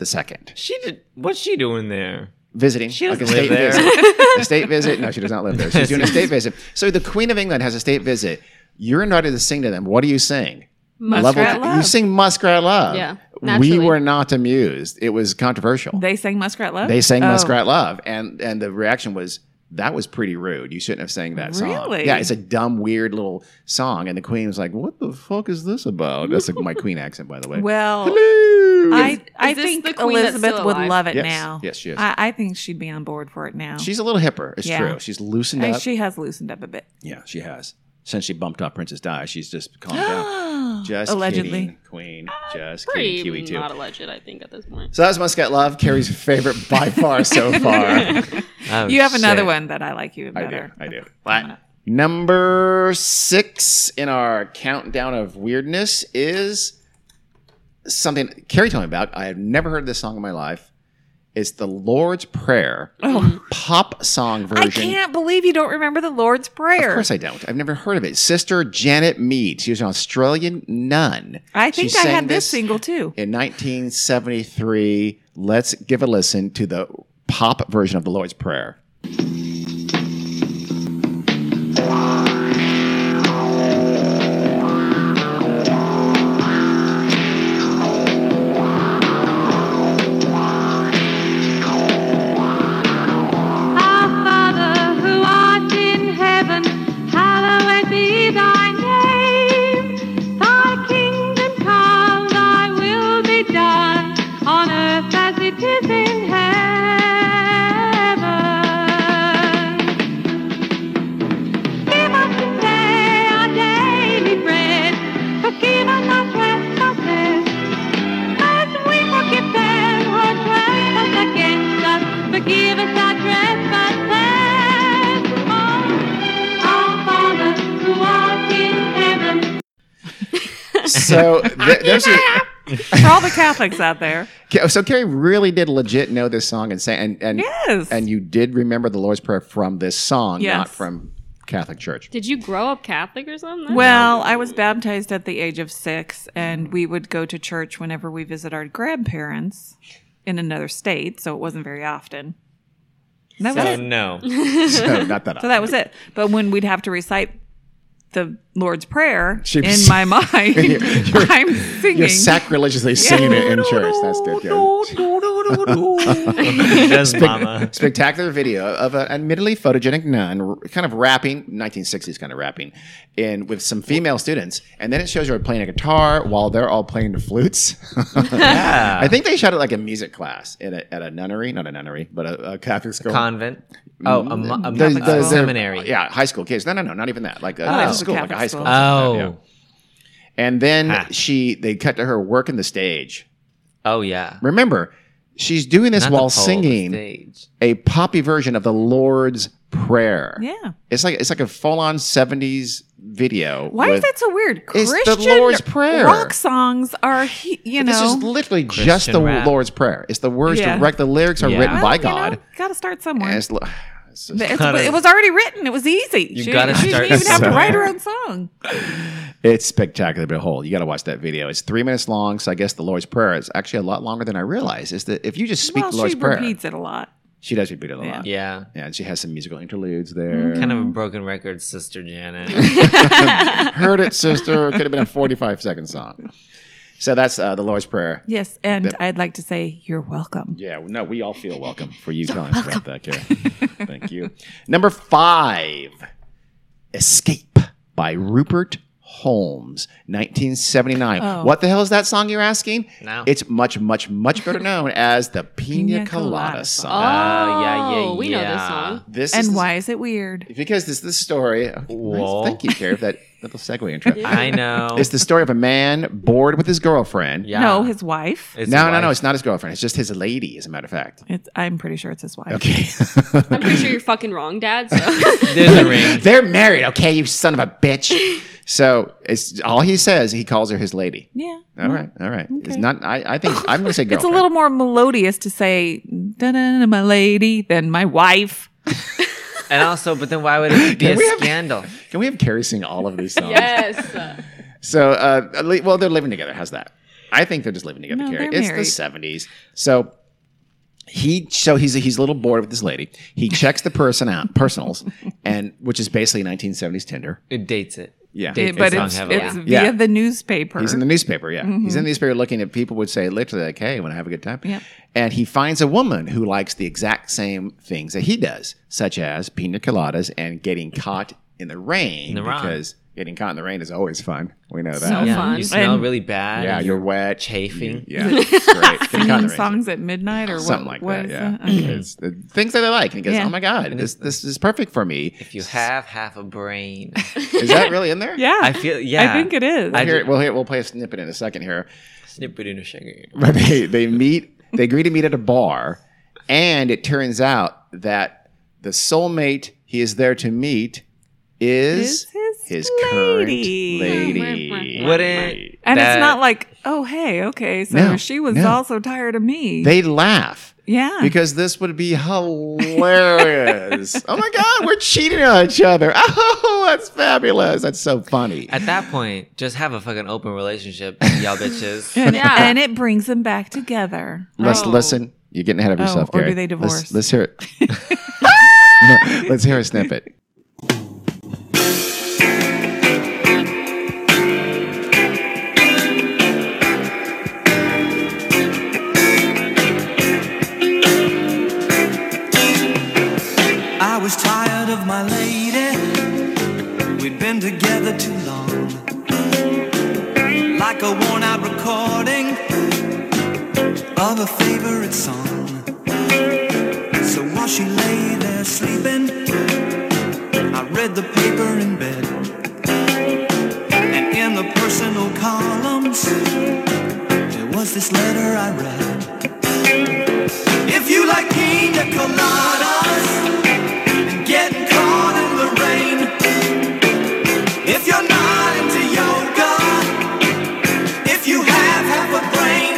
Speaker 2: II.
Speaker 3: She did. What's she doing there?
Speaker 2: Visiting.
Speaker 3: She
Speaker 2: like a
Speaker 3: doesn't live
Speaker 2: state
Speaker 3: there.
Speaker 2: visit. a state visit? No, she does not live there. She's doing a state visit. So the Queen of England has a state visit. You're invited to sing to them. What do you sing?
Speaker 1: Muskrat Love.
Speaker 2: You sing Muskrat Love.
Speaker 4: Yeah,
Speaker 2: We
Speaker 4: naturally.
Speaker 2: were not amused. It was controversial.
Speaker 1: they sang Muskrat Love?
Speaker 2: They sang
Speaker 1: Oh.
Speaker 2: Muskrat Love, and and the reaction was that was pretty rude. You shouldn't have sang that song.
Speaker 1: Really?
Speaker 2: Yeah, it's a dumb, weird little song, and the Queen was like, "What the fuck is this about?" That's like my Queen accent, by the way.
Speaker 1: Oh, Well,
Speaker 2: Hello.
Speaker 1: I, I
Speaker 4: this the
Speaker 1: think
Speaker 4: queen that's
Speaker 1: Elizabeth
Speaker 4: still
Speaker 1: would
Speaker 4: alive?
Speaker 1: love it
Speaker 2: Yes.
Speaker 1: now.
Speaker 2: Yes, she is.
Speaker 1: I, I think she'd be on board for it now.
Speaker 2: She's a little hipper. It's
Speaker 1: Yeah.
Speaker 2: true. She's loosened
Speaker 1: Hey,
Speaker 2: up.
Speaker 1: she has loosened up a bit.
Speaker 2: yeah, she has. Since she bumped up Princess Di, she's just calmed down. Just
Speaker 1: Allegedly.
Speaker 2: kidding, Queen. Just
Speaker 4: Pretty
Speaker 2: kidding, Kiwi too.
Speaker 4: not alleged, I think, at this point.
Speaker 2: So that was Muskrat Love, Carrie's favorite by far so far.
Speaker 3: Oh,
Speaker 1: You have another
Speaker 3: shit.
Speaker 1: one that I like you
Speaker 2: I
Speaker 1: better.
Speaker 2: do. I do.
Speaker 1: Coming up.
Speaker 2: Number six in our countdown of weirdness is something Carrie told me about. I have never heard this song in my life. It's the Lord's Prayer pop song
Speaker 1: Oh. I
Speaker 2: version.
Speaker 1: can't believe you don't remember the Lord's Prayer.
Speaker 2: Of course, I don't. I've never heard of it. Sister Janet Mead. She was an Australian nun.
Speaker 1: I think
Speaker 2: She
Speaker 1: I
Speaker 2: sang
Speaker 1: had this single too.
Speaker 2: in 1973. Let's give a listen to the pop version of the Lord's Prayer.
Speaker 7: Our Father who art in heaven, hallowed be thy name. Thy kingdom come, thy will be done on earth as it is in heaven. Give us today our daily bread. Forgive us our trespasses, as we forgive them who trespass against us. Forgive us our trespasses. Oh, our Father who art in heaven.
Speaker 2: So th- there's a.
Speaker 1: For all the Catholics out there.
Speaker 2: Ca- So Carrie really did legit know this song and sang, and and,
Speaker 1: Yes.
Speaker 2: and you did remember the Lord's Prayer from this song,
Speaker 1: Yes.
Speaker 2: not from Catholic Church.
Speaker 4: Did you grow up Catholic or something?
Speaker 1: Well, I was baptized at the age of six, and we would go to church whenever we visit our grandparents in another state, so it wasn't very often. And That was
Speaker 3: So
Speaker 1: it.
Speaker 3: no.
Speaker 2: So not that.
Speaker 1: So that was it. But when we'd have to recite the Lord's Prayer
Speaker 2: She was-
Speaker 1: in my mind,
Speaker 2: You're-
Speaker 1: I'm singing.
Speaker 2: You're sacrilegiously singing it in church. That's good. yeah.
Speaker 3: Does mama?
Speaker 2: Spectacular video of an admittedly photogenic nun, r- kind of rapping, 1960s kind of rapping, and with some female students. And then it shows her playing a guitar while they're all playing the flutes.
Speaker 3: Yeah.
Speaker 2: I think they shot it like a music class at a, at a nunnery, not a nunnery, but a, a Catholic school.
Speaker 3: Convent. Oh, a, mo- a
Speaker 2: Does-
Speaker 3: Catholic
Speaker 2: does there-
Speaker 3: seminary.
Speaker 2: Mm-hmm. Yeah, high school kids. No, no, no, not even that. Like a,
Speaker 3: like
Speaker 2: a
Speaker 3: a
Speaker 2: school, like a
Speaker 1: Catholic
Speaker 2: high school.
Speaker 1: school.
Speaker 3: Oh.
Speaker 2: Yeah. And then
Speaker 3: Ha.
Speaker 2: she, they cut to her working the stage.
Speaker 3: Oh yeah.
Speaker 2: Remember, she's doing this
Speaker 3: Not the
Speaker 2: while
Speaker 3: pole, the
Speaker 2: singing
Speaker 3: stage.
Speaker 2: a poppy version of the Lord's Prayer.
Speaker 1: yeah.
Speaker 2: it's like it's like a full-on '70s video.
Speaker 1: Why
Speaker 2: with-
Speaker 1: is that so weird?
Speaker 2: It's the
Speaker 1: Christian
Speaker 2: Lord's Prayer.
Speaker 1: rock songs are, he- you
Speaker 2: This
Speaker 1: know,
Speaker 2: is literally just
Speaker 3: Christian
Speaker 2: the
Speaker 3: rap.
Speaker 2: Lord's Prayer. It's the words
Speaker 1: Yeah. Oh,
Speaker 2: direct. The lyrics are
Speaker 3: Yeah.
Speaker 2: written
Speaker 3: Well,
Speaker 2: by
Speaker 1: you know,
Speaker 2: God.
Speaker 1: gotta start somewhere.
Speaker 2: And it's, li- it's just-
Speaker 1: It's-
Speaker 3: gotta-
Speaker 1: it was already written. It was easy.
Speaker 3: You
Speaker 1: she
Speaker 3: gotta
Speaker 1: she
Speaker 3: start
Speaker 1: didn't even have to
Speaker 2: somewhere.
Speaker 1: write her own song.
Speaker 2: It's spectacular. Behold, you got to watch that video. It's three minutes long, so I guess the Lord's Prayer is actually a lot longer than I realized. Is that if you just speak
Speaker 1: well,
Speaker 2: the Lord's
Speaker 1: she
Speaker 2: Prayer,
Speaker 1: repeats it a lot.
Speaker 2: she does repeat it a lot.
Speaker 3: Yeah.
Speaker 2: Yeah, and she has some musical interludes there.
Speaker 3: Kind of a broken record, Sister Janet.
Speaker 2: Heard it, sister. It could have been a forty-five second song. So that's uh, the Lord's Prayer.
Speaker 1: Yes, and I'd like to say you're welcome.
Speaker 2: Yeah, no, we all feel welcome for you telling us about that, Karen. Thank you. Number five, "Escape" by Rupert Holmes, 1979.
Speaker 1: Oh.
Speaker 2: What the hell is that song? You're asking?
Speaker 3: No.
Speaker 2: it's much, much, much better known as the Pina,
Speaker 1: Pina
Speaker 2: Colada,
Speaker 1: Colada
Speaker 2: song.
Speaker 4: Oh,
Speaker 2: Uh,
Speaker 3: yeah, yeah,
Speaker 4: We know this
Speaker 3: yeah.
Speaker 4: song.
Speaker 2: This is
Speaker 1: And
Speaker 2: the-
Speaker 1: why is it weird?
Speaker 2: Because this this story. okay, nice.
Speaker 3: Whoa.
Speaker 2: Thank you, Carrie, for that little segue intro.
Speaker 3: I know.
Speaker 2: It's the story of a man bored with his girlfriend.
Speaker 3: yeah.
Speaker 1: No, his wife.
Speaker 3: It's
Speaker 2: No, no,
Speaker 3: wife.
Speaker 2: no. It's not his girlfriend. It's just his lady, as a matter of fact.
Speaker 1: It's, I'm pretty sure it's his wife.
Speaker 2: Okay.
Speaker 4: I'm pretty sure you're fucking wrong, Dad. So.
Speaker 3: There's a ring.
Speaker 2: They're married, okay, you son of a bitch. So it's all he says. He calls her his lady.
Speaker 1: Yeah.
Speaker 2: All right, all right. It's not. I, I think I'm gonna say girlfriend.
Speaker 1: It's a little more melodious to say "Da-da-da, my lady than my wife.
Speaker 3: And also, but then why would it be
Speaker 2: Can
Speaker 3: a
Speaker 2: we have-
Speaker 3: scandal?
Speaker 2: Can we have Carrie sing all of these songs?
Speaker 4: yes.
Speaker 2: So, uh, li- well, they're living together. How's that? I think they're just living together,
Speaker 1: No,
Speaker 2: Carrie.
Speaker 1: they're
Speaker 2: It's the
Speaker 1: married.
Speaker 2: seventies. So he, so he's he's a little bored with this lady. He checks the person out, personals, and which is basically nineteen seventies Tinder.
Speaker 3: It dates it.
Speaker 2: Yeah.
Speaker 3: Dates
Speaker 1: It- but
Speaker 3: song
Speaker 1: it's,
Speaker 3: heavily.
Speaker 1: it's
Speaker 2: Yeah.
Speaker 1: via the newspaper.
Speaker 2: He's in the newspaper, yeah.
Speaker 1: Mm-hmm.
Speaker 2: He's in the newspaper looking at people would say literally like, "Hey, want to have a good time?"
Speaker 1: Yep.
Speaker 2: And he finds a woman who likes the exact same things that he does, such as pina coladas and getting caught in the rain.
Speaker 3: the rain.
Speaker 2: because getting caught in the rain is always fun. We know that.
Speaker 1: So
Speaker 3: yeah,
Speaker 1: fun.
Speaker 3: You smell
Speaker 1: And-
Speaker 3: really bad.
Speaker 2: Yeah, you're wet,
Speaker 3: chafing.
Speaker 2: Yeah, it's great. Getting caught in the
Speaker 1: Singing
Speaker 2: rain.
Speaker 1: songs at midnight or
Speaker 2: something
Speaker 1: what,
Speaker 2: like
Speaker 1: what
Speaker 2: that.
Speaker 1: is
Speaker 2: Yeah,
Speaker 1: that? Okay.
Speaker 2: It's the
Speaker 3: Mm-hmm.
Speaker 2: things that I like. And he goes,
Speaker 1: uh, Yeah.
Speaker 2: "Oh my god, this this is perfect for me."
Speaker 3: If you have half a brain,
Speaker 2: Is that really in there?
Speaker 1: Yeah.
Speaker 3: I feel- yeah.
Speaker 1: I think it is.
Speaker 3: I-
Speaker 2: Here, well, here we'll play a snippet in a second here.
Speaker 3: snip it in a sugar.
Speaker 2: But they they meet. They agree to meet at a bar, and it turns out that the soulmate he is there to meet is,
Speaker 1: Is his
Speaker 2: current
Speaker 1: lady.
Speaker 2: lady.
Speaker 3: Wouldn't
Speaker 1: and
Speaker 3: that-
Speaker 1: it's not like, oh, hey, okay, so
Speaker 2: No,
Speaker 1: she was
Speaker 2: no.
Speaker 1: also tired of me.
Speaker 2: They laugh.
Speaker 1: yeah.
Speaker 2: Because this would be hilarious. oh my God, we're cheating on each other. Oh, that's fabulous. That's so funny.
Speaker 3: at that point just have a fucking open relationship, y'all bitches.
Speaker 1: and,
Speaker 4: Yeah.
Speaker 1: and it brings them back together.
Speaker 2: Let's
Speaker 4: Oh.
Speaker 2: listen. You're getting ahead of
Speaker 1: Oh,
Speaker 2: yourself,
Speaker 1: or do
Speaker 2: Gary.
Speaker 1: they
Speaker 2: Let's-
Speaker 1: divorce?
Speaker 2: Let's, hear it. No, let's hear a snippet.
Speaker 8: I was tired of my lady. We'd been together too long. Like a worn out recording of a favorite song. So while she lay there sleeping, I read the paper in bed. And in the personal columns, there was this letter I read. If you like pina coladas, getting caught in the rain. If you're not into yoga, if you have half a brain,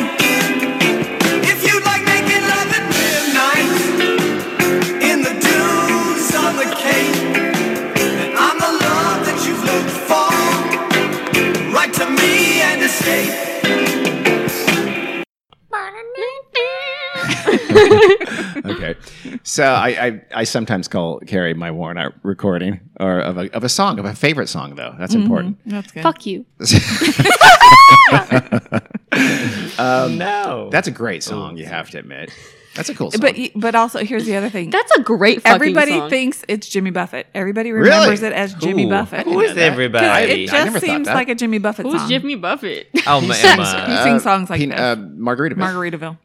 Speaker 8: if you like making love at midnight in the dunes on the cape, then I'm the love that you've looked for. Write to me and escape.
Speaker 2: Okay. So I, I, I sometimes call Carrie my worn out recording or of a, of a song, of a favorite song, though. That's
Speaker 1: Mm-hmm.
Speaker 2: important.
Speaker 1: That's good.
Speaker 4: Fuck you.
Speaker 3: no.
Speaker 2: That's a great song, you have to admit. That's a cool song.
Speaker 1: But y- but also here's the other thing.
Speaker 4: That's a great fucking
Speaker 1: Everybody
Speaker 4: song.
Speaker 1: thinks it's Jimmy Buffett. Everybody remembers it as Jimmy
Speaker 2: Ooh.
Speaker 1: Buffett.
Speaker 3: Who is
Speaker 1: Because
Speaker 3: everybody?
Speaker 1: It
Speaker 2: I never
Speaker 1: just
Speaker 2: thought
Speaker 1: seems
Speaker 2: that.
Speaker 1: like a Jimmy Buffett
Speaker 4: Who's
Speaker 1: song.
Speaker 4: Jimmy Buffett?
Speaker 3: oh, my Emma.
Speaker 1: He sings songs like
Speaker 2: Pina- uh,
Speaker 1: this.
Speaker 2: Margaritaville.
Speaker 1: Margaritaville.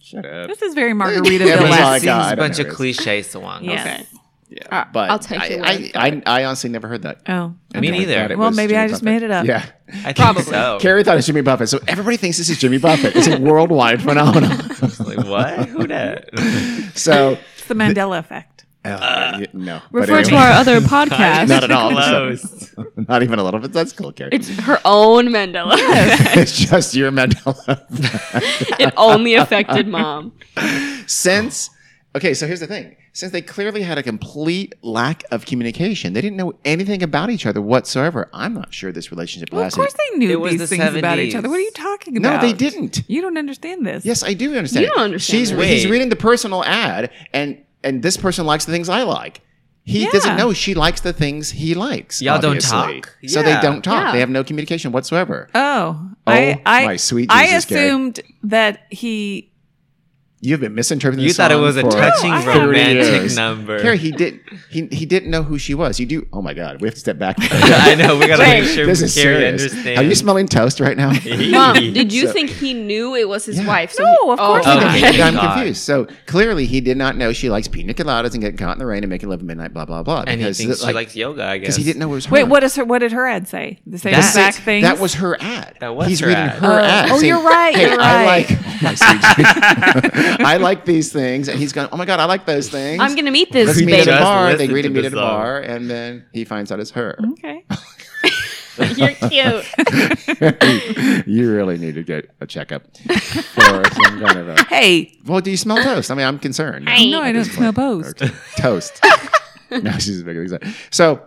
Speaker 2: Shut up.
Speaker 1: This is very
Speaker 2: Yeah, but it's
Speaker 1: Margaritaville.
Speaker 2: like,
Speaker 3: Sings
Speaker 2: uh, I
Speaker 3: a
Speaker 2: don't
Speaker 3: bunch
Speaker 2: know
Speaker 3: of
Speaker 2: who it is.
Speaker 3: cliche songs.
Speaker 1: Yes. Uh,
Speaker 2: Yeah, but
Speaker 4: I'll take
Speaker 2: I-
Speaker 4: your
Speaker 2: I,
Speaker 4: word
Speaker 2: I, I, honestly never heard that.
Speaker 1: Oh.
Speaker 3: Me
Speaker 2: Anyway,
Speaker 3: neither.
Speaker 2: thought it
Speaker 1: Well,
Speaker 2: was
Speaker 1: maybe
Speaker 2: Jimmy
Speaker 1: I just made
Speaker 2: Buffett.
Speaker 1: it up.
Speaker 2: Yeah.
Speaker 3: I think
Speaker 4: Probably.
Speaker 3: so.
Speaker 2: Carrie thought it's Jimmy Buffett, so everybody thinks this is Jimmy Buffett. It's a worldwide phenomenon.
Speaker 3: like, what? Who that?
Speaker 2: So
Speaker 1: It's the Mandela effect.
Speaker 2: uh, y- no, but
Speaker 4: Refer to
Speaker 2: anyway,
Speaker 4: our other podcast.
Speaker 2: not at all.
Speaker 3: Close.
Speaker 2: Not even a little bit. That's cool, Carrie.
Speaker 4: It's her own Mandela.
Speaker 2: It's just your mental.
Speaker 4: it only affected mom.
Speaker 2: Since okay, so here's the thing. Since they clearly had a complete lack of communication, they didn't know anything about each other whatsoever. I'm not sure this relationship
Speaker 1: Well, of
Speaker 2: lasted.
Speaker 1: course they knew
Speaker 3: It was
Speaker 1: these
Speaker 3: the
Speaker 1: things about each
Speaker 3: 70s.
Speaker 1: other. What are you talking
Speaker 2: no,
Speaker 1: about?
Speaker 2: they didn't.
Speaker 1: You don't understand this.
Speaker 2: Yes, I do understand.
Speaker 4: You don't
Speaker 2: it.
Speaker 4: understand
Speaker 2: She's
Speaker 4: that.
Speaker 2: re- he's
Speaker 3: Wait.
Speaker 2: reading the personal ad, and and this person likes the things I like. He
Speaker 1: Yeah.
Speaker 2: doesn't know she likes the things he likes.
Speaker 3: Y'all don't
Speaker 2: obviously.
Speaker 3: talk?
Speaker 2: so they
Speaker 3: Yeah.
Speaker 2: don't talk.
Speaker 4: Yeah.
Speaker 2: They have no communication whatsoever.
Speaker 1: Oh, I,
Speaker 2: Oh,
Speaker 1: I,
Speaker 2: my sweet
Speaker 1: I
Speaker 2: Jesus, Gary.
Speaker 1: assumed that he.
Speaker 2: You've been misinterpreting.
Speaker 3: You
Speaker 2: this
Speaker 3: thought it
Speaker 2: song
Speaker 3: was a
Speaker 2: for
Speaker 3: touching
Speaker 4: Oh,
Speaker 2: 30
Speaker 3: romantic
Speaker 2: years.
Speaker 3: number.
Speaker 2: Carrie, he did. He he didn't know who she was. You do. Oh my God, we have to step back.
Speaker 3: I know. We gotta make sure
Speaker 2: this is
Speaker 3: Carrie
Speaker 2: serious.
Speaker 3: understands.
Speaker 2: Are you smelling toast right now?
Speaker 4: Mom, did you
Speaker 2: So-
Speaker 4: think he knew it was his
Speaker 2: Yeah.
Speaker 4: wife? So
Speaker 1: No,
Speaker 4: he-
Speaker 1: of course
Speaker 4: oh,
Speaker 1: not.
Speaker 4: okay.
Speaker 3: Okay.
Speaker 2: Yeah, I'm
Speaker 3: God.
Speaker 2: confused. So clearly, he did not know she likes pina coladas and getting caught in the rain and making love at midnight. Blah blah blah.
Speaker 3: And he
Speaker 2: because,
Speaker 3: thinks she
Speaker 2: like,
Speaker 3: likes yoga, I guess.
Speaker 2: because he didn't know it was her.
Speaker 1: Wait, what is her? What did her ad say? The same
Speaker 3: That's-
Speaker 1: exact thing.
Speaker 2: That was her ad.
Speaker 3: That was
Speaker 2: He's
Speaker 3: her
Speaker 2: reading
Speaker 3: ad.
Speaker 2: her ad.
Speaker 1: oh,
Speaker 2: saying,
Speaker 1: you're right,
Speaker 2: Hey,
Speaker 1: you're
Speaker 2: I like.
Speaker 1: right."
Speaker 2: My sweet Jesus. I like these things, and he's going. Oh my God, I like those things.
Speaker 4: I'm gonna meet this
Speaker 2: Let's meet at
Speaker 4: baby.
Speaker 2: a
Speaker 3: Just
Speaker 2: bar. They
Speaker 3: listen
Speaker 2: agree to
Speaker 3: to
Speaker 2: meet
Speaker 3: the
Speaker 2: at a
Speaker 3: song.
Speaker 2: bar, and then he finds out it's her.
Speaker 1: okay.
Speaker 4: You're cute.
Speaker 2: you really need to get a checkup for some kind of a.
Speaker 1: Hey,
Speaker 2: Well, do you smell toast? I mean, I'm concerned. now.
Speaker 1: no, I don't smell boast.
Speaker 2: Toast. no, she's bigger than that. So,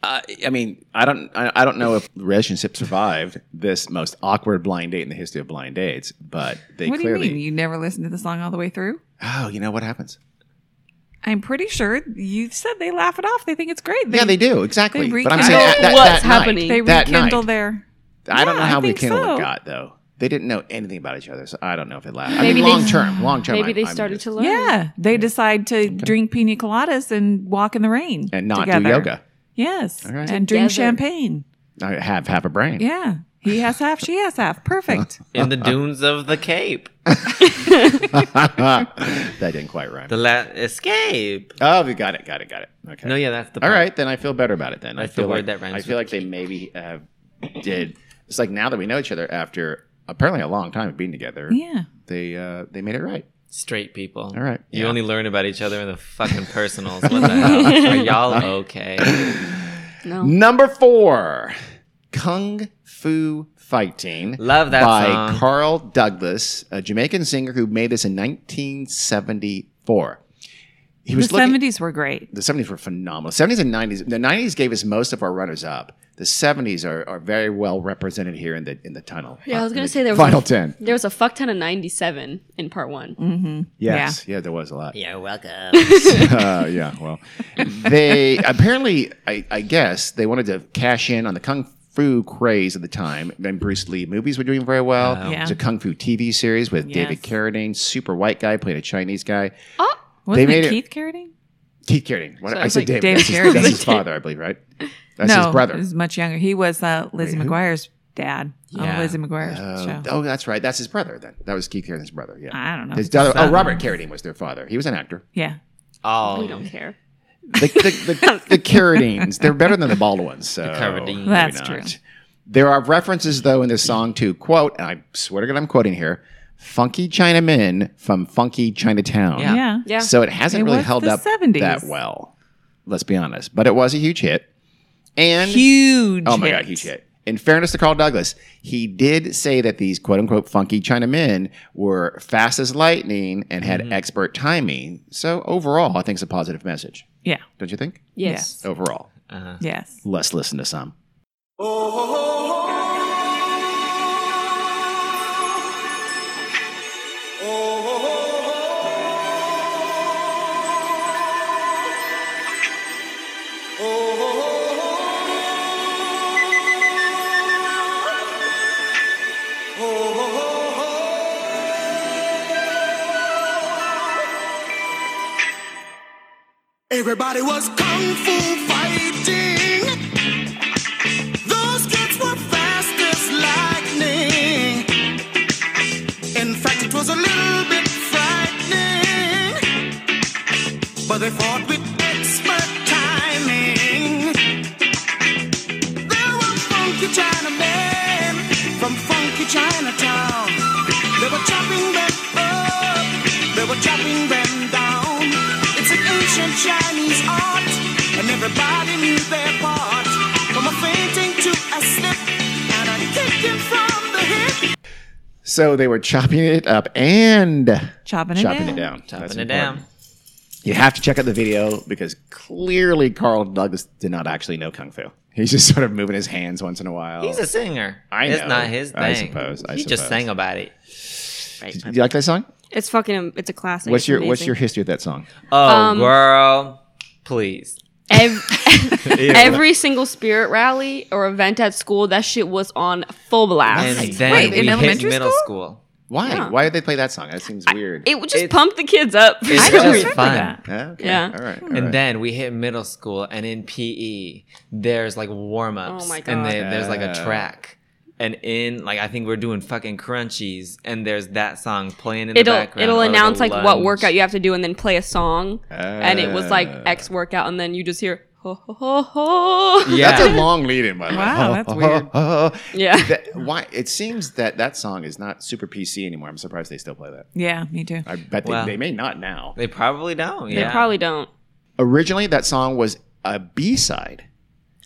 Speaker 2: uh, I mean, I don't, I, I don't know if the relationship survived this most awkward blind date in the history of blind dates, but they
Speaker 1: what
Speaker 2: clearly.
Speaker 1: do you mean? You never listened to the song all the way through?
Speaker 2: Oh, you know what happens?
Speaker 1: I'm pretty sure you said they laugh it off. They think it's great.
Speaker 2: yeah, they do exactly.
Speaker 1: they
Speaker 2: but I'm
Speaker 1: rekindle
Speaker 2: saying that, that,
Speaker 4: what's
Speaker 2: that night-
Speaker 4: happening.
Speaker 1: They
Speaker 2: that night,
Speaker 1: rekindle their.
Speaker 2: I don't
Speaker 1: Yeah,
Speaker 2: know
Speaker 1: I
Speaker 2: how
Speaker 1: think
Speaker 2: rekindle
Speaker 1: so.
Speaker 2: it got though. They didn't know anything about each other, so I don't know if it lasted. I
Speaker 4: Maybe
Speaker 2: mean,
Speaker 4: they-
Speaker 2: long term, long term.
Speaker 4: Maybe
Speaker 2: I'm-
Speaker 4: they
Speaker 2: I'm
Speaker 4: started
Speaker 2: just-
Speaker 4: to learn.
Speaker 1: Yeah, they decide to drink pina coladas and walk in the rain
Speaker 2: and not
Speaker 1: together.
Speaker 2: do yoga.
Speaker 1: Yes,
Speaker 2: All right.
Speaker 1: and drink
Speaker 4: Together.
Speaker 1: champagne.
Speaker 2: I have half a brain.
Speaker 1: Yeah, he has half, she has half. Perfect.
Speaker 3: in the dunes of the Cape.
Speaker 2: that didn't quite rhyme.
Speaker 3: The la- escape.
Speaker 2: Oh, we got it, got it, got it. Okay.
Speaker 3: No, yeah, that's the.
Speaker 2: All
Speaker 3: part.
Speaker 2: right, then I feel better about it. Then I
Speaker 3: That's the
Speaker 2: feel
Speaker 3: word
Speaker 2: like
Speaker 3: that rhymes
Speaker 2: I
Speaker 3: with
Speaker 2: feel like they maybe uh, did. It's like now that we know each other after apparently a long time of being together,
Speaker 1: yeah,
Speaker 2: they uh, they made it right.
Speaker 3: Straight people.
Speaker 2: All right,
Speaker 3: You
Speaker 2: yeah.
Speaker 3: only learn about each other in the fucking personals. What the hell? Are y'all okay?
Speaker 4: No.
Speaker 2: Number four, Kung Fu Fighting.
Speaker 3: Love that
Speaker 2: by
Speaker 3: song.
Speaker 2: Carl Douglas, a Jamaican singer who made this in 1974. He
Speaker 1: the
Speaker 2: was looking.
Speaker 1: seventies were great.
Speaker 2: the 70s were phenomenal. 70s and 90s. The 90s gave us most of our runners up. The 70s are, are very well represented here in the in the tunnel.
Speaker 4: Yeah, I was
Speaker 2: Uh,
Speaker 4: gonna
Speaker 2: the
Speaker 4: say there was
Speaker 2: final Mm. 10.
Speaker 4: a- There was a fuck ton of 97 in part one.
Speaker 2: Yes, yeah, there was a lot.
Speaker 3: You're welcome.
Speaker 2: uh, yeah, well, they apparently, I, I guess, they wanted to cash in on the kung fu craze at the time. And Bruce Lee movies were doing very well.
Speaker 1: Yeah.
Speaker 2: There's a kung fu TV series with David
Speaker 1: Yes.
Speaker 2: Carradine, super white guy, played a Chinese guy.
Speaker 1: Wasn't it
Speaker 2: made it-
Speaker 1: Keith Carradine?
Speaker 2: Keith Carradine. What,
Speaker 4: So
Speaker 2: I
Speaker 4: it's
Speaker 2: said
Speaker 4: like
Speaker 2: David.
Speaker 1: David
Speaker 2: that's, his, that's
Speaker 1: Carradine.
Speaker 2: his father, I believe, right? That's his brother.
Speaker 1: he was much younger. He was uh, Lizzie
Speaker 2: Wait, who?
Speaker 1: McGuire's dad on
Speaker 3: Yeah.
Speaker 1: Lizzie McGuire's
Speaker 2: Oh,
Speaker 1: show.
Speaker 2: oh, that's right. That's his brother then. That was Keith Carradine's brother. Yeah.
Speaker 1: I don't know.
Speaker 2: His brother, oh,
Speaker 1: Son.
Speaker 2: Robert Carradine was their father. He was an actor.
Speaker 1: Yeah,
Speaker 3: Oh,
Speaker 4: We don't care.
Speaker 2: The, the, the, the Carradines, they're better than the Baldwins. So
Speaker 3: Carradines.
Speaker 2: maybe
Speaker 1: That's
Speaker 2: not.
Speaker 1: true.
Speaker 2: There are references, though, in this song to quote, and I swear to God, I'm quoting here Funky China Men from Funky Chinatown.
Speaker 3: Yeah.
Speaker 1: yeah.
Speaker 4: Yeah.
Speaker 2: So it hasn't
Speaker 1: It
Speaker 2: really
Speaker 1: was
Speaker 2: held
Speaker 1: the
Speaker 2: up
Speaker 1: 70s.
Speaker 2: that well. Let's be honest. But it was a huge hit. And
Speaker 1: Huge.
Speaker 2: Oh my god, huge hit. In fairness to Carl Douglas, he did say that these quote unquote funky China men were fast as lightning and had expert timing. So overall, I think it's a positive message.
Speaker 1: Yeah.
Speaker 2: Don't you think?
Speaker 1: Yes.
Speaker 2: Overall.
Speaker 1: Yes.
Speaker 2: Let's listen to some.
Speaker 8: Everybody was kung fu fighting. Those kids were fast as lightning. In fact, it was a little bit frightening. But they fought with expert timing. There were funky Chinamen from funky Chinatown. They were chopping them up, they were chopping them down. It's an ancient Chinese art, and everybody knew their part. From a fainting to a slip, and a kicking from the hip.
Speaker 2: So they were chopping it up and
Speaker 1: Chopping it
Speaker 2: chopping
Speaker 1: down.
Speaker 2: it down. That's
Speaker 3: Chopping
Speaker 2: important.
Speaker 3: it down.
Speaker 2: You have to check out the video because clearly Carl Douglas did not actually know kung fu. He's just sort of moving his hands once in a while.
Speaker 3: He's a singer.
Speaker 2: Oh. I
Speaker 3: It's
Speaker 2: know.
Speaker 3: not his thing.
Speaker 2: I suppose, I
Speaker 3: he just
Speaker 2: suppose.
Speaker 3: sang about it.
Speaker 2: Did you like that song?
Speaker 4: It's fucking, it's a classic.
Speaker 2: What's
Speaker 4: It's
Speaker 2: your What's
Speaker 4: amazing.
Speaker 2: your history with that song?
Speaker 3: Oh,
Speaker 4: Um,
Speaker 3: girl, please.
Speaker 4: Ev- every single spirit rally or event at school, that shit was on full blast.
Speaker 3: And then
Speaker 1: Wait,
Speaker 3: we
Speaker 1: in
Speaker 3: hit
Speaker 1: elementary
Speaker 3: middle
Speaker 1: school?
Speaker 3: school.
Speaker 2: Why?
Speaker 4: Yeah.
Speaker 2: Why did they play that song? That seems weird.
Speaker 4: It would just
Speaker 3: It-
Speaker 4: pump the kids up.
Speaker 3: It's
Speaker 1: I
Speaker 3: just
Speaker 1: don't remember
Speaker 3: fun.
Speaker 1: that.
Speaker 2: Yeah, okay.
Speaker 4: Yeah.
Speaker 2: All right. all
Speaker 3: And
Speaker 2: right.
Speaker 3: then we hit middle school, and in PE, there's like warm ups.
Speaker 4: Oh my
Speaker 3: And
Speaker 4: God.
Speaker 3: they, there's like a
Speaker 2: Yeah.
Speaker 3: track. And in, like, I think we're doing fucking crunchies, and there's that song playing in
Speaker 4: it'll
Speaker 3: the background.
Speaker 4: it'll
Speaker 3: or, a
Speaker 4: announce like what
Speaker 3: lunge.
Speaker 4: workout you have to do and then play a song. and it was like
Speaker 2: Ah.
Speaker 4: X workout, and then you just hear ho ho ho ho.
Speaker 3: Yeah.
Speaker 2: that's a long lead in, by the way.
Speaker 1: Wow, that's weird.
Speaker 4: Yeah.
Speaker 2: That- why? It seems that that song is not super PC anymore. I'm surprised they still play that.
Speaker 1: Yeah, me too.
Speaker 2: I bet
Speaker 3: Well.
Speaker 2: they, they may not now.
Speaker 3: They probably don't.
Speaker 4: They
Speaker 3: Yeah.
Speaker 4: probably don't.
Speaker 2: Originally, that song was a B side.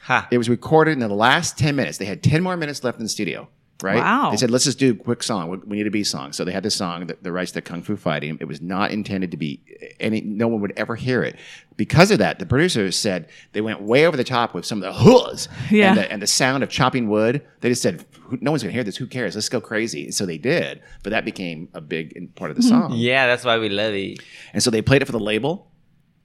Speaker 3: Ha.
Speaker 2: It was recorded in the last 10 minutes. They had 10 more minutes left in the studio. right?
Speaker 1: Wow.
Speaker 2: They said, let's just do a quick song. We, we need a B song. So they had this song, the, the rights to Kung Fu Fighting. It was not intended to be any, no one would ever hear it. Because of that, the producers said they went way over the top with some of the hoods
Speaker 1: Yeah.
Speaker 2: and, the, and the sound of chopping wood. They just said, "Who- no one's going to hear this. Who cares? Let's go crazy. And so they did. But that became a big part of
Speaker 1: Hmm.
Speaker 2: the song.
Speaker 3: Yeah, that's why we love it.
Speaker 2: And so they played it for the label,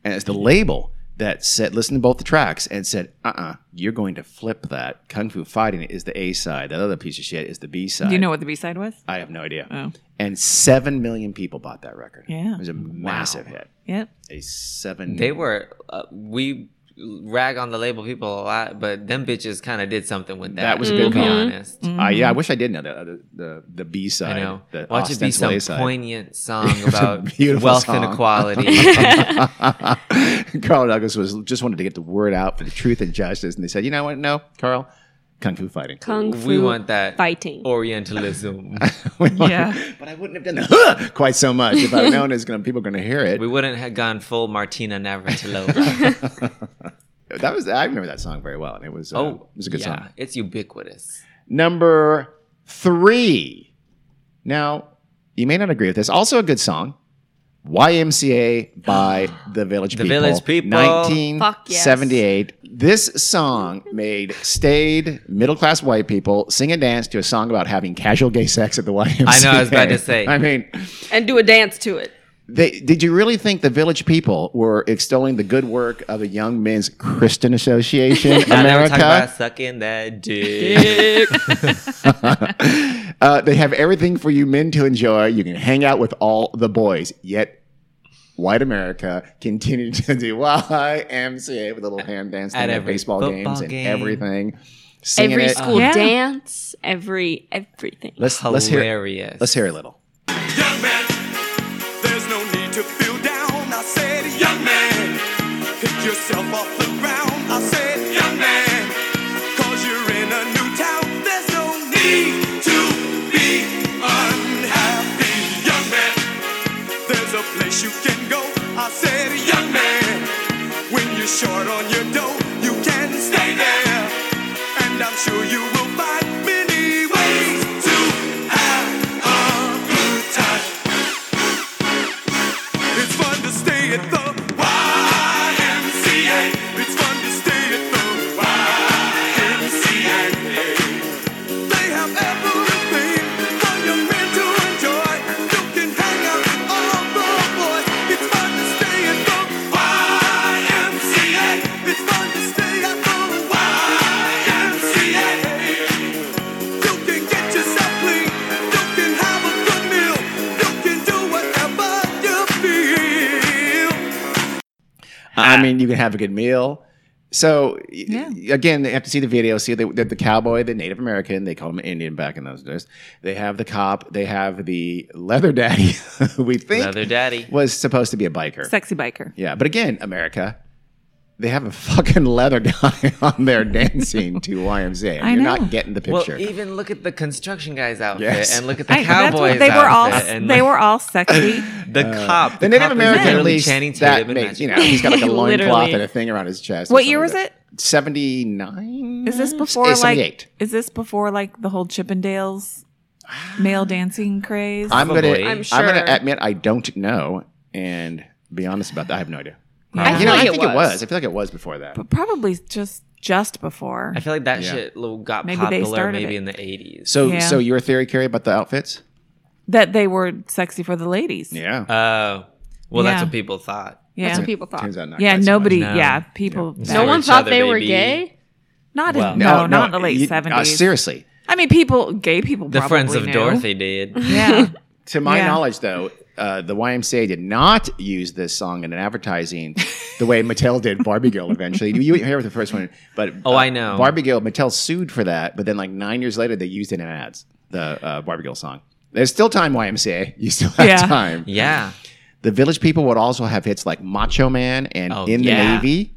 Speaker 2: and it's the label that said, listen to both the tracks and said, uh uh-uh, uh, you are going to flip that. Kung Fu Fighting is the A side. That other piece of shit is the B side.
Speaker 1: Do you know what the B side was?
Speaker 2: I have no idea.
Speaker 1: Oh.
Speaker 2: And 7 million people bought that record.
Speaker 1: Yeah.
Speaker 2: It was a massive hit.
Speaker 1: Yep.
Speaker 2: A 7
Speaker 3: They were uh, we rag on the label people a lot, but them bitches kind of did something with that.
Speaker 2: That was a
Speaker 3: we'll
Speaker 2: good
Speaker 3: be
Speaker 2: call.
Speaker 3: honest.
Speaker 2: Uh, yeah, I wish I did know that. The, the, the B side.
Speaker 3: I know.
Speaker 2: The
Speaker 3: Watch it be
Speaker 2: ostensible
Speaker 3: some
Speaker 2: A side.
Speaker 3: poignant song
Speaker 2: was a
Speaker 3: about
Speaker 2: beautiful
Speaker 3: wealth
Speaker 2: song.
Speaker 3: inequality.
Speaker 2: Carl Douglas was just wanted to get the word out for the truth and justice. And they said, you know what? No, Carl, Kung Fu Fighting.
Speaker 4: Kung Fu
Speaker 3: we want that
Speaker 4: fighting.
Speaker 3: Orientalism.
Speaker 1: Yeah.
Speaker 2: but I wouldn't have done the huh quite so much if I'd known it's gonna people gonna hear it.
Speaker 3: we wouldn't have gone full Martina Navratilova.
Speaker 2: That was I remember that song very well, and it was uh,
Speaker 3: oh,
Speaker 2: it was a good
Speaker 3: yeah,
Speaker 2: song.
Speaker 3: It's ubiquitous.
Speaker 2: Number three. Now you may not agree with this. Also a good song. YMCA by The Village
Speaker 3: The
Speaker 2: People.
Speaker 3: Village People.
Speaker 4: Fuck yes.
Speaker 2: 1978. This song made staid middle class white people sing and dance to a song about having casual gay sex at the YMCA.
Speaker 3: I know, I was about to say.
Speaker 2: I mean,
Speaker 4: and do a dance to it.
Speaker 2: They, did you really think the village people were extolling the good work of the Young Men's Christian Association
Speaker 3: Now they were
Speaker 2: America?
Speaker 3: talking about sucking that dick.
Speaker 2: Uh, they have everything for you men to enjoy. You can hang out with all the boys. Yet, white America continued to do YMCA with a little hand dance
Speaker 3: At
Speaker 2: thing at
Speaker 3: every
Speaker 2: baseball
Speaker 3: football
Speaker 2: games and
Speaker 3: game.
Speaker 2: everything. Singing
Speaker 4: every
Speaker 2: it.
Speaker 4: school
Speaker 1: Yeah.
Speaker 4: dance, every everything.
Speaker 2: Let's, let's hear.
Speaker 3: Hilarious.
Speaker 2: Let's hear a little.
Speaker 8: Young man, there's no need to feel down. I said, young man, pick yourself off the ground. I said, young man, cause you're in a new town. There's no need to be unhappy. Young man, there's a place you can go. I said, young man, when you're short on your dough, you can stay there. And I'm sure you will find many ways to have a good time. It's fun to stay at the YMCA. It's fun to stay at the YMCA. They have everything for your men to enjoy. You can hang out with all the boys. It's fun to stay at the YMCA. It's fun to stay at the YMCA. You can get yourself clean. You can have a good meal. You can do whatever you feel.
Speaker 2: I mean, you can have a good meal. So y-
Speaker 1: Yeah.
Speaker 2: again, they have to see the video. See the, the, the cowboy, the Native American. They called him an Indian back in those days. They have the cop. They have the leather daddy. who we think
Speaker 3: Leather Daddy.
Speaker 2: was supposed to be a biker.
Speaker 1: Sexy biker.
Speaker 2: yeah, but again, America. They have a fucking leather guy on there dancing to YMCA.
Speaker 1: I
Speaker 2: You're
Speaker 1: know.
Speaker 2: not getting the
Speaker 3: Well,
Speaker 2: picture.
Speaker 3: even look at the construction guy's outfit
Speaker 2: Yes.
Speaker 3: and look at the
Speaker 1: I, that's
Speaker 3: cowboys.
Speaker 1: what they were all.
Speaker 3: outfit and
Speaker 1: they
Speaker 3: like,
Speaker 1: were all sexy.
Speaker 3: the cop.
Speaker 2: Uh, the Native
Speaker 3: cop is
Speaker 2: American, at
Speaker 3: literally
Speaker 2: least,
Speaker 3: Channing
Speaker 2: that
Speaker 3: Tatum and
Speaker 2: makes, you know,
Speaker 3: Matthew
Speaker 2: he's got like a loincloth
Speaker 4: Literally.
Speaker 2: and a thing around his chest. or
Speaker 1: What year was
Speaker 2: something like
Speaker 1: it?
Speaker 2: that. 79?
Speaker 1: Is this before like?
Speaker 2: 78.
Speaker 1: Is this before like the whole Chippendales male dancing craze?
Speaker 2: Ah. I'm gonna,
Speaker 3: Probably.
Speaker 2: I'm,
Speaker 3: I'm
Speaker 2: gonna
Speaker 4: sure.
Speaker 2: admit I don't know and be honest about that. I have no idea.
Speaker 4: I
Speaker 2: you
Speaker 4: feel
Speaker 2: know,
Speaker 4: like
Speaker 2: I
Speaker 4: it
Speaker 2: think it
Speaker 4: was.
Speaker 2: was. I feel like it was before that.
Speaker 1: Probably just just before.
Speaker 3: I feel like that
Speaker 2: Yeah.
Speaker 3: shit little got
Speaker 1: Maybe they
Speaker 3: popular
Speaker 1: started
Speaker 3: maybe
Speaker 1: it.
Speaker 3: in the 80s.
Speaker 2: So,
Speaker 1: Yeah.
Speaker 2: so your theory, Carrie, about the outfits?
Speaker 1: that they were sexy for the ladies.
Speaker 2: Yeah,
Speaker 3: Oh, well, that's
Speaker 1: Yeah.
Speaker 3: what people thought.
Speaker 1: yeah.
Speaker 4: That's what people thought.
Speaker 2: turns out not.
Speaker 1: yeah,
Speaker 2: quite so
Speaker 1: nobody.
Speaker 3: much. No.
Speaker 1: Yeah, people.
Speaker 3: Yeah.
Speaker 1: back-
Speaker 4: No
Speaker 3: For
Speaker 4: one
Speaker 3: each
Speaker 4: thought
Speaker 3: other,
Speaker 4: they were
Speaker 3: baby.
Speaker 4: gay.
Speaker 1: Not
Speaker 3: Well,
Speaker 1: in,
Speaker 2: much.
Speaker 1: no, not in the late
Speaker 2: you- uh,
Speaker 1: seventies.
Speaker 2: seriously,
Speaker 1: I mean, people, gay people,
Speaker 3: The
Speaker 1: probably
Speaker 3: friends of
Speaker 1: knew.
Speaker 3: Dorothy did.
Speaker 1: Yeah,
Speaker 2: to my
Speaker 1: Yeah.
Speaker 2: knowledge, though, uh, the YMCA did not use this song in an advertising the way Mattel did Barbie Girl. Eventually, you, you hear with the first one, but
Speaker 3: Oh,
Speaker 2: uh,
Speaker 3: I know.
Speaker 1: Um,
Speaker 2: Barbie Girl. Mattel sued for that, but then like nine years later, they used it in ads. The uh, Barbie Girl song. There's still time, YMCA. You still have
Speaker 1: Yeah.
Speaker 2: time.
Speaker 3: Yeah.
Speaker 2: The Village People would also have hits like Macho Man and
Speaker 3: Oh,
Speaker 2: In
Speaker 3: yeah.
Speaker 2: the Navy,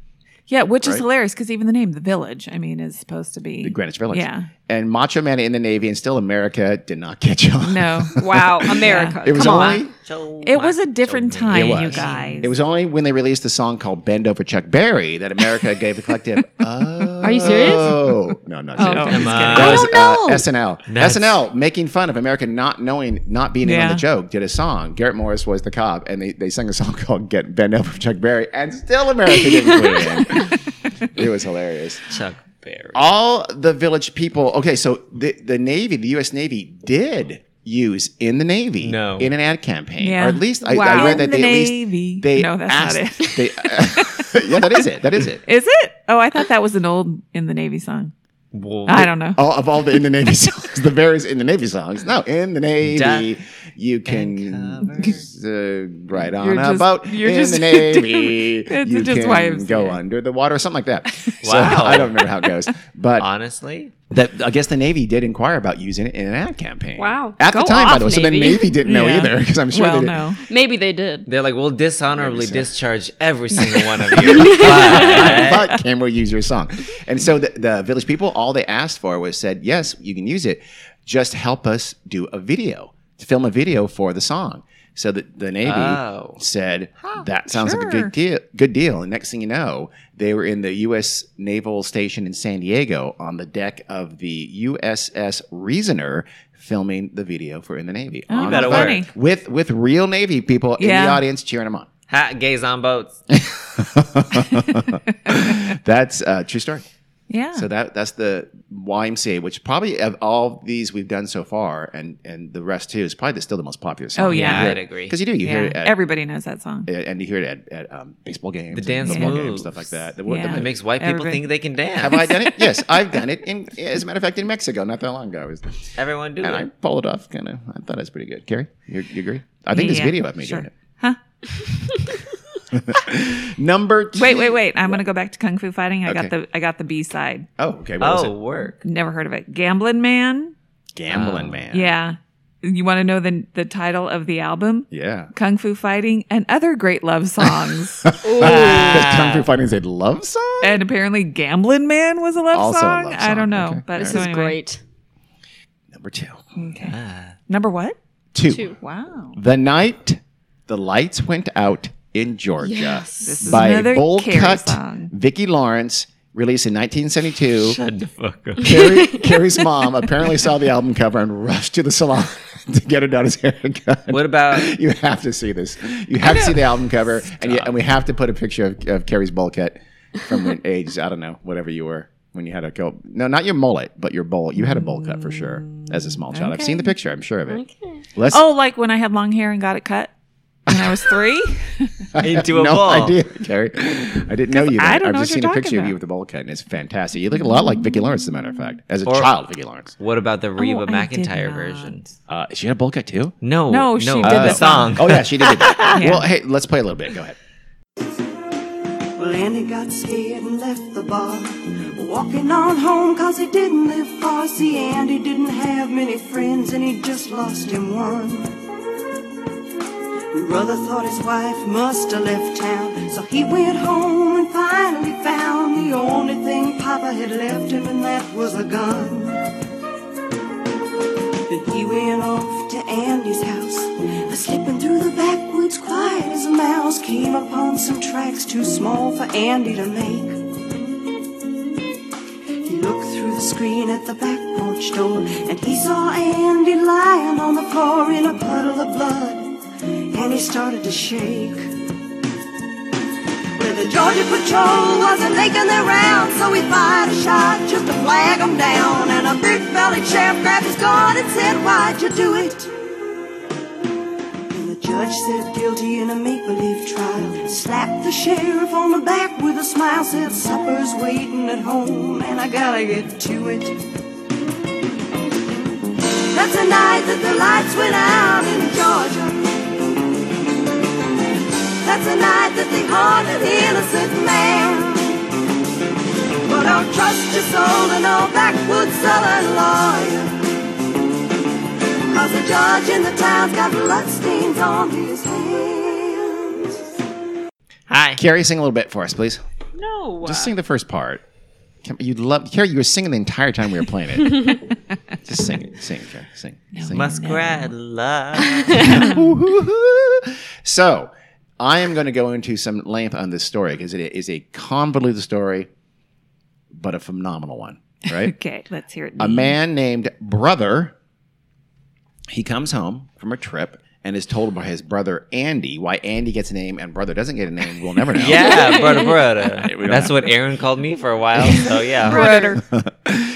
Speaker 1: yeah, which is
Speaker 2: Right.
Speaker 1: hilarious because even the name, the village, I mean, is supposed to be
Speaker 2: the Greenwich Village.
Speaker 1: Yeah.
Speaker 2: And Macho Man and in the Navy and still America did not catch on.
Speaker 1: No,
Speaker 4: Wow, America.
Speaker 2: It was
Speaker 4: Come
Speaker 2: only
Speaker 4: on.
Speaker 1: it was a different time,
Speaker 2: was.
Speaker 1: you guys.
Speaker 2: it was only when they released the song called Bend Over Chuck Berry that America gave a collective, oh,
Speaker 4: Are you serious?
Speaker 2: Oh no, I'm not
Speaker 1: Oh,
Speaker 2: serious.
Speaker 1: okay.
Speaker 3: Emma.
Speaker 2: That
Speaker 4: I
Speaker 2: was,
Speaker 4: don't
Speaker 2: uh,
Speaker 4: know.
Speaker 2: SNL.
Speaker 3: That's-
Speaker 2: SNL making fun of America not knowing, not being in on
Speaker 1: Yeah.
Speaker 2: the joke, did a song. Garrett Morris was the cop, and they, they sang a song called "Get Bent Over" from Chuck Berry, and still America didn't put it in. It was hilarious.
Speaker 3: Chuck Berry.
Speaker 2: All the village people. Okay, so the the Navy, the U.S. Navy, did use in the Navy
Speaker 3: No.
Speaker 2: in an ad campaign,
Speaker 1: Yeah.
Speaker 2: or at least I, I
Speaker 1: Wow.
Speaker 2: read that
Speaker 1: In
Speaker 2: they
Speaker 1: the
Speaker 2: at least
Speaker 1: Navy.
Speaker 2: they
Speaker 1: No, that's not
Speaker 2: asked. They, yeah, that is it. That is it.
Speaker 1: Is it? Oh, I thought that was an old in the Navy song.
Speaker 3: Well,
Speaker 1: I don't know.
Speaker 2: all, of all the in the Navy songs, the various in the Navy songs. No, in the Navy, you can uh, ride on
Speaker 1: You're
Speaker 2: a
Speaker 1: just-
Speaker 2: boat.
Speaker 1: you're
Speaker 2: in
Speaker 1: just
Speaker 2: the Navy,
Speaker 1: doing- it's
Speaker 2: you
Speaker 1: just
Speaker 2: can
Speaker 1: why I'm
Speaker 2: go
Speaker 1: saying.
Speaker 2: under the water or something like that. So,
Speaker 3: Wow.
Speaker 2: I don't remember how it goes, but
Speaker 3: Honestly,
Speaker 2: that, I guess the Navy did inquire about using it in an ad campaign.
Speaker 4: Wow.
Speaker 2: at the
Speaker 4: Go
Speaker 2: time, by
Speaker 4: off,
Speaker 2: the way, so then
Speaker 4: Navy.
Speaker 2: Navy didn't know
Speaker 1: Yeah.
Speaker 2: either because I'm sure
Speaker 1: well,
Speaker 2: they did.
Speaker 1: no.
Speaker 4: Maybe they did.
Speaker 3: they're like, we'll dishonorably
Speaker 2: Maybe so.
Speaker 3: discharge every single one of you. But-
Speaker 2: but can we use your song? And so the, the village people, all they asked for was said, yes, you can use it. Just help us do a video, to film a video for the song. So the, the Navy
Speaker 3: Oh.
Speaker 2: said, that sounds like a
Speaker 1: sure.
Speaker 2: good deal, good deal. And next thing you know, they were in the U.S. Naval Station in San Diego on the deck of the USS Reasoner filming the video for In the Navy.
Speaker 1: Oh,
Speaker 2: on
Speaker 3: better
Speaker 2: the boat
Speaker 3: work.
Speaker 2: With, with real Navy people in
Speaker 1: Yeah.
Speaker 2: the audience cheering them on.
Speaker 3: Hat gays on boats.
Speaker 2: That's a true story.
Speaker 1: Yeah.
Speaker 2: So that that's the YMCA, which probably of all these we've done so far, and and the rest too, is probably the, still the most popular song.
Speaker 1: Oh, yeah.
Speaker 3: I'd agree.
Speaker 2: because you do you hear
Speaker 1: yeah.
Speaker 2: it at, uh,
Speaker 1: Everybody knows that song.
Speaker 2: and you hear it at, at um, baseball games,
Speaker 3: The
Speaker 2: and
Speaker 3: dance
Speaker 2: football
Speaker 3: moves.
Speaker 2: games, stuff like that. The-
Speaker 1: Yeah.
Speaker 3: It makes white people
Speaker 1: Everybody-
Speaker 3: think they can dance.
Speaker 2: Have I done it? Yes, I've done it. In as a matter of fact, in Mexico, not that long ago, I was,
Speaker 3: Everyone do
Speaker 2: and I
Speaker 3: it.
Speaker 2: pulled it off. Kind of, I thought it was pretty good. Carrie, you, you agree? I think there's
Speaker 1: Yeah,
Speaker 2: video of me
Speaker 1: sure.
Speaker 2: doing
Speaker 1: Huh?
Speaker 2: it. Number two.
Speaker 1: Wait, wait, wait. I'm gonna go back to Kung Fu Fighting. I got
Speaker 2: Okay.
Speaker 1: the I got the B side.
Speaker 2: Oh, okay. What was
Speaker 3: Oh,
Speaker 2: it?
Speaker 3: work.
Speaker 1: Never heard of it. Gambling Man.
Speaker 2: Gambling man.
Speaker 1: Yeah. You want to know the the title of the album?
Speaker 2: Yeah.
Speaker 1: Kung Fu Fighting and other great love songs.
Speaker 2: Does Kung Fu Fighting is a love song?
Speaker 1: and apparently, Gambling Man was a love,
Speaker 2: Also a
Speaker 1: song.
Speaker 2: love
Speaker 1: I
Speaker 2: song.
Speaker 1: don't know,
Speaker 2: Okay.
Speaker 1: but
Speaker 2: This
Speaker 1: so
Speaker 4: This is
Speaker 1: anyway.
Speaker 4: great.
Speaker 2: Number two. Ah.
Speaker 1: Number what?
Speaker 2: Two.
Speaker 4: Two.
Speaker 1: Wow.
Speaker 2: The night the lights went out in Georgia
Speaker 1: This is
Speaker 2: by
Speaker 1: another
Speaker 2: bowl
Speaker 1: Carrie
Speaker 2: cut
Speaker 1: song.
Speaker 2: Vicki Lawrence, released in 1972.
Speaker 3: Shut the fuck up.
Speaker 2: Carrie, Carrie's mom apparently saw the album cover and rushed to the salon to get her daughter's haircut.
Speaker 3: What about
Speaker 2: You have to see this. You have to see the album cover, and, you, and we have to put a picture of, of Carrie's bowl cut from when age I don't know whatever you were when you had a go. No, not your mullet, but your bowl. You had a bowl cut for sure as a small child. I've seen the picture. I'm sure of it. Let's
Speaker 1: Oh, like when I had long hair and got it cut when I was three.
Speaker 3: into a
Speaker 2: no
Speaker 3: ball?
Speaker 2: idea, Carrie. I didn't know you. Then.
Speaker 1: I don't
Speaker 2: have
Speaker 1: know
Speaker 2: just
Speaker 1: what
Speaker 2: seen
Speaker 1: you're
Speaker 2: a picture
Speaker 1: talking
Speaker 2: of you
Speaker 1: about.
Speaker 2: with the bowl cut, and it's fantastic. You look a lot like Vicki Lawrence, as a matter of fact, as a
Speaker 3: Or-
Speaker 2: child, Vicki Lawrence.
Speaker 3: What about the Reba
Speaker 1: Oh, I did
Speaker 3: McIntyre
Speaker 1: not.
Speaker 3: version?
Speaker 2: Uh, she had a bowl cut too.
Speaker 3: No,
Speaker 1: No, she did
Speaker 3: the
Speaker 1: that
Speaker 3: song.
Speaker 2: Oh yeah, she did. That.
Speaker 1: Yeah.
Speaker 2: Well, hey, let's play a little bit. Go ahead.
Speaker 9: Well, Andy got scared and left the bar. Walking on home cause he didn't live far. See, Andy didn't have many friends and he just lost him one. Brother thought his wife must have left town. So he went home and finally found the only thing Papa had left him and that was a gun. Then he went off to Andy's house. A slipping through the backwoods, quiet as a mouse, came upon some tracks too small for Andy to make. He looked through the screen at the back porch door, and he saw Andy lying on the floor in a puddle of blood. And he started to shake. Well, the Georgia patrol wasn't making their rounds, so he fired a shot just to flag them down. And a big bellied sheriff grabbed his gun and said, Why'd you do it? And the judge said guilty in a make believe trial. Slapped the sheriff on the back with a smile, said, Supper's waiting at home, and I gotta get to it. That's the night that the lights went out in Georgia. That's the night that they haunted the innocent man. But don't trust your soul to no backwoods southern lawyer. Cause the judge in the town's got bloodstains on his hands.
Speaker 3: Hi.
Speaker 2: Carrie, sing a little bit for us, please.
Speaker 1: No.
Speaker 2: Just sing the first part. Come- You love Carrie. You were singing the entire time we were playing it. Just sing it, sing it, Carrie, sing, sing.
Speaker 3: Muskrat love.
Speaker 2: So I am going to go into some length on this story because it is a convoluted story but a phenomenal one, right?
Speaker 1: Okay, let's hear it.
Speaker 2: a man named Brother. He comes home from a trip and is told by his brother Andy why Andy gets a name and Brother doesn't get a name. We'll never know.
Speaker 3: Yeah, brother, brother.
Speaker 2: don't
Speaker 3: That's
Speaker 2: know.
Speaker 3: what Aaron called me for a while. So yeah,
Speaker 1: Brother.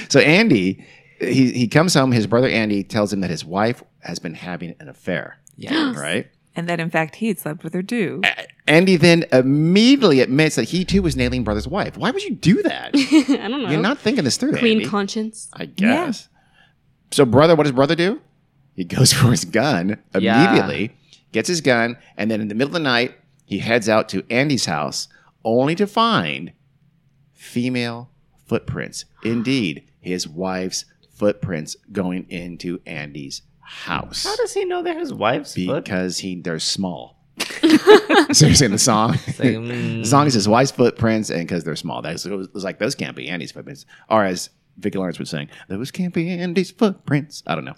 Speaker 2: So Andy, he, he comes home. His brother Andy tells him that his wife has been having an affair.
Speaker 3: yeah.
Speaker 2: Right.
Speaker 1: and that in fact he had slept with her too.
Speaker 2: Eh. Andy then immediately admits that he too was nailing brother's wife. Why would you do that?
Speaker 4: I don't know.
Speaker 2: You're not thinking this through,
Speaker 4: Clean
Speaker 2: Andy.
Speaker 4: conscience.
Speaker 2: I guess. So, brother, what does brother do? He goes for his gun
Speaker 3: Yeah.
Speaker 2: immediately, gets his gun, and then in the middle of the night, he heads out to Andy's house only to find female footprints. Indeed, his wife's footprints going into Andy's house
Speaker 3: How does he know they're his wife's foot?
Speaker 2: because he they're small. Seriously, in the song,
Speaker 3: like, mm.
Speaker 2: as long as his wife's footprints and because they're small, that's it was, it was like those can't be Andy's footprints, or as Vicki Lawrence would sing, those can't be Andy's footprints. I don't know.